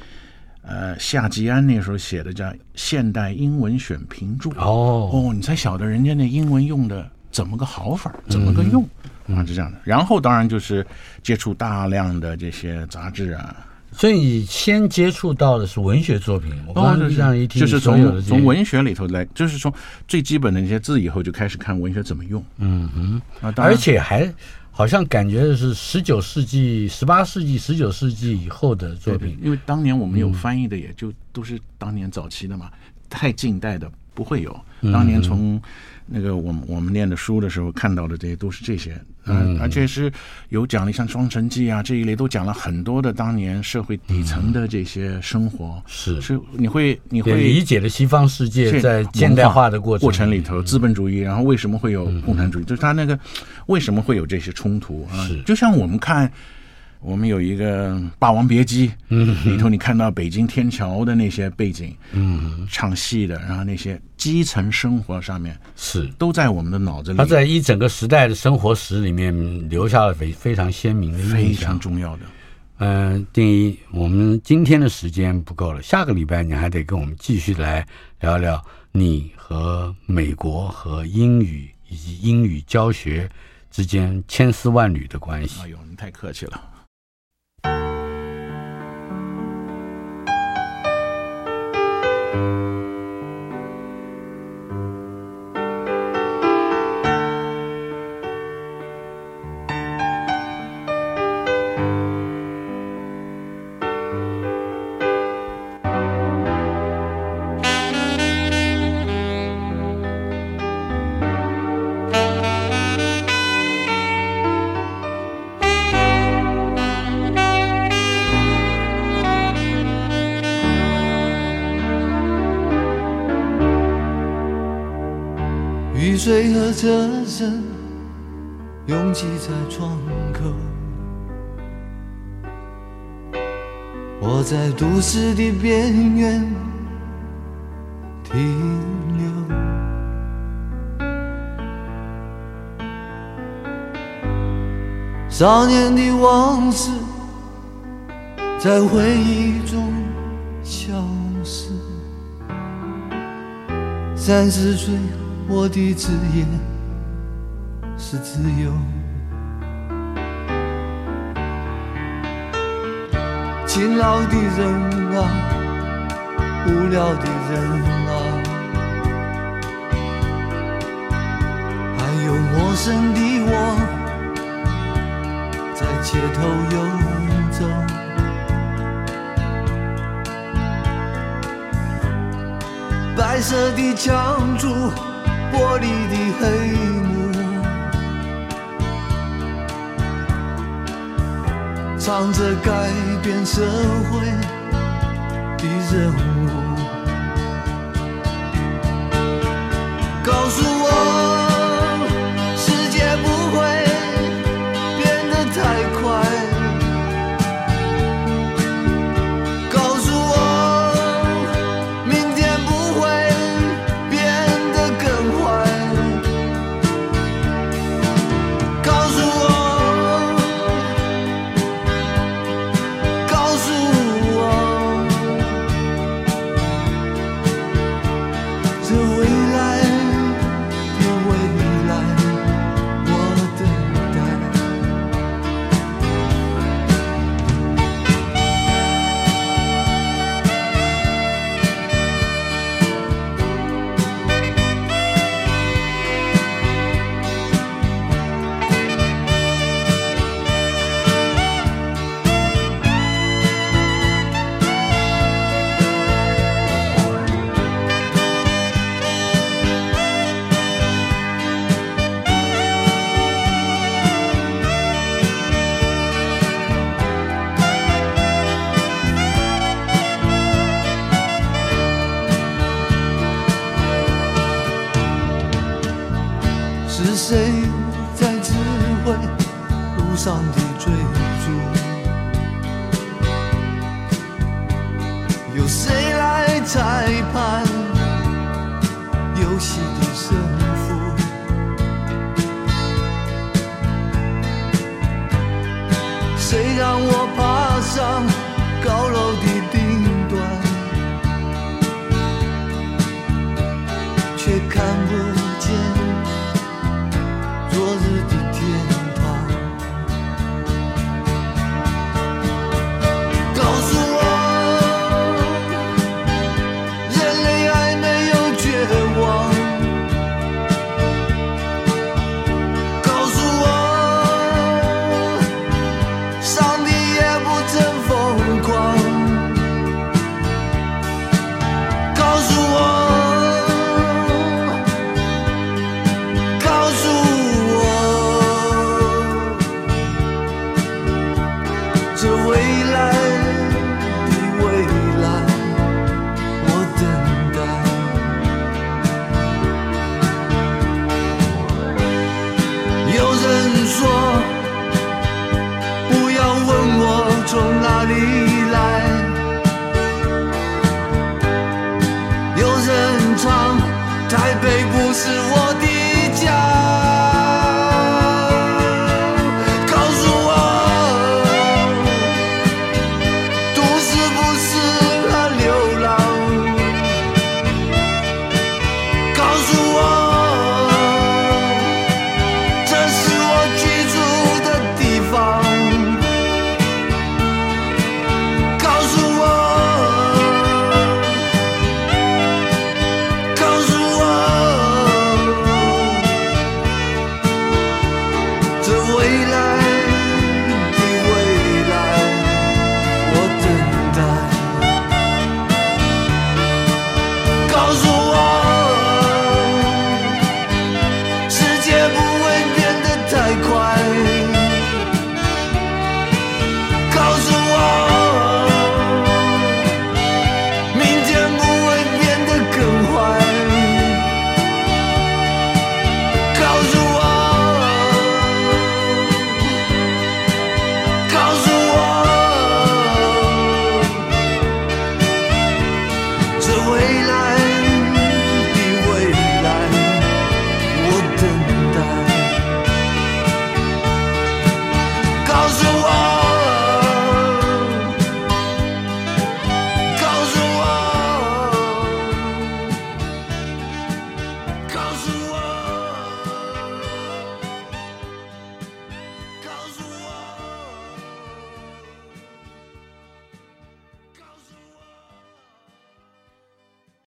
[SPEAKER 4] 呃，夏吉安那时候写的叫《现代英文选评注》
[SPEAKER 2] 哦
[SPEAKER 4] 哦，你才晓得人家那英文用的怎么个好法儿，怎么个用、
[SPEAKER 2] 嗯
[SPEAKER 4] 啊，是这样的。然后当然就是接触大量的这些杂志啊，
[SPEAKER 2] 所以你先接触到的是文学作品，我刚
[SPEAKER 4] 哦就
[SPEAKER 2] 刚
[SPEAKER 4] 是
[SPEAKER 2] 这样一听，
[SPEAKER 4] 就是
[SPEAKER 2] 所有的这
[SPEAKER 4] 从
[SPEAKER 2] 些
[SPEAKER 4] 从文学里头来，就是从最基本的那些字以后就开始看文学怎么用，嗯嗯，啊，当然
[SPEAKER 2] 而且还好像感觉是十九世纪、十八世纪、十九世纪以后的作
[SPEAKER 4] 对
[SPEAKER 2] 品，
[SPEAKER 4] 因为当年我们有翻译的，也就都是当年早期的嘛，太近代的不会有。当年从那个我们我们念的书的时候看到的这些都是这些，嗯，而且是有讲了像《双城记》啊这一类，都讲了很多的当年社会底层的这些生活，
[SPEAKER 2] 是
[SPEAKER 4] 是你会你
[SPEAKER 2] 嗯也
[SPEAKER 4] 会
[SPEAKER 2] 理解了西方世界
[SPEAKER 4] 这
[SPEAKER 2] 在
[SPEAKER 4] 文
[SPEAKER 2] 现代化的过
[SPEAKER 4] 过
[SPEAKER 2] 程嗯
[SPEAKER 4] 里头，资本主义，然后为什么会有共产主义？就是他那个为什么会有这些冲突啊
[SPEAKER 2] 是？
[SPEAKER 4] 就像我们看，我们有一个《霸王别姬》，
[SPEAKER 2] 嗯
[SPEAKER 4] 里头你看到北京天桥的那些背景，嗯，唱戏的，然后那些基层生活上面
[SPEAKER 2] 是。
[SPEAKER 4] 都在我们的脑子里，
[SPEAKER 2] 它在一整个时代的生活史里面留下了非非常鲜明的
[SPEAKER 4] 非
[SPEAKER 2] 印象
[SPEAKER 4] 常。重要的。
[SPEAKER 2] 嗯、丁一，我们今天的时间不够了，下个礼拜你还得跟我们继续来聊聊你和美国和英语以及英语教学之间千丝万缕的关系。
[SPEAKER 4] 哎呦，您太客气了。
[SPEAKER 3] 雨水和车声拥挤在窗口，我在都市的边缘停留。少年的往事在回忆中消失。三十岁，我的职业是自由。勤劳的人啊，无聊的人啊，还有陌生的我，在街头游走。白色的墙柱，玻璃的黑幕，唱着改变社会的任务。告诉我，世界不会变得太快。告诉我。明天不会变得更坏。告诉我，告诉我，这未来的未来，我等待。是谁在指挥路上的追逐？由谁来裁判游戏的胜负？谁让我爬上高楼的顶端？却看不见昨日的天堂。告诉我，人类还没有绝望。告诉我，上帝也不曾疯狂。告诉我，告诉我，这未来的未来，我等待。有人说，不要问我从哪里来。有人唱，台北不是我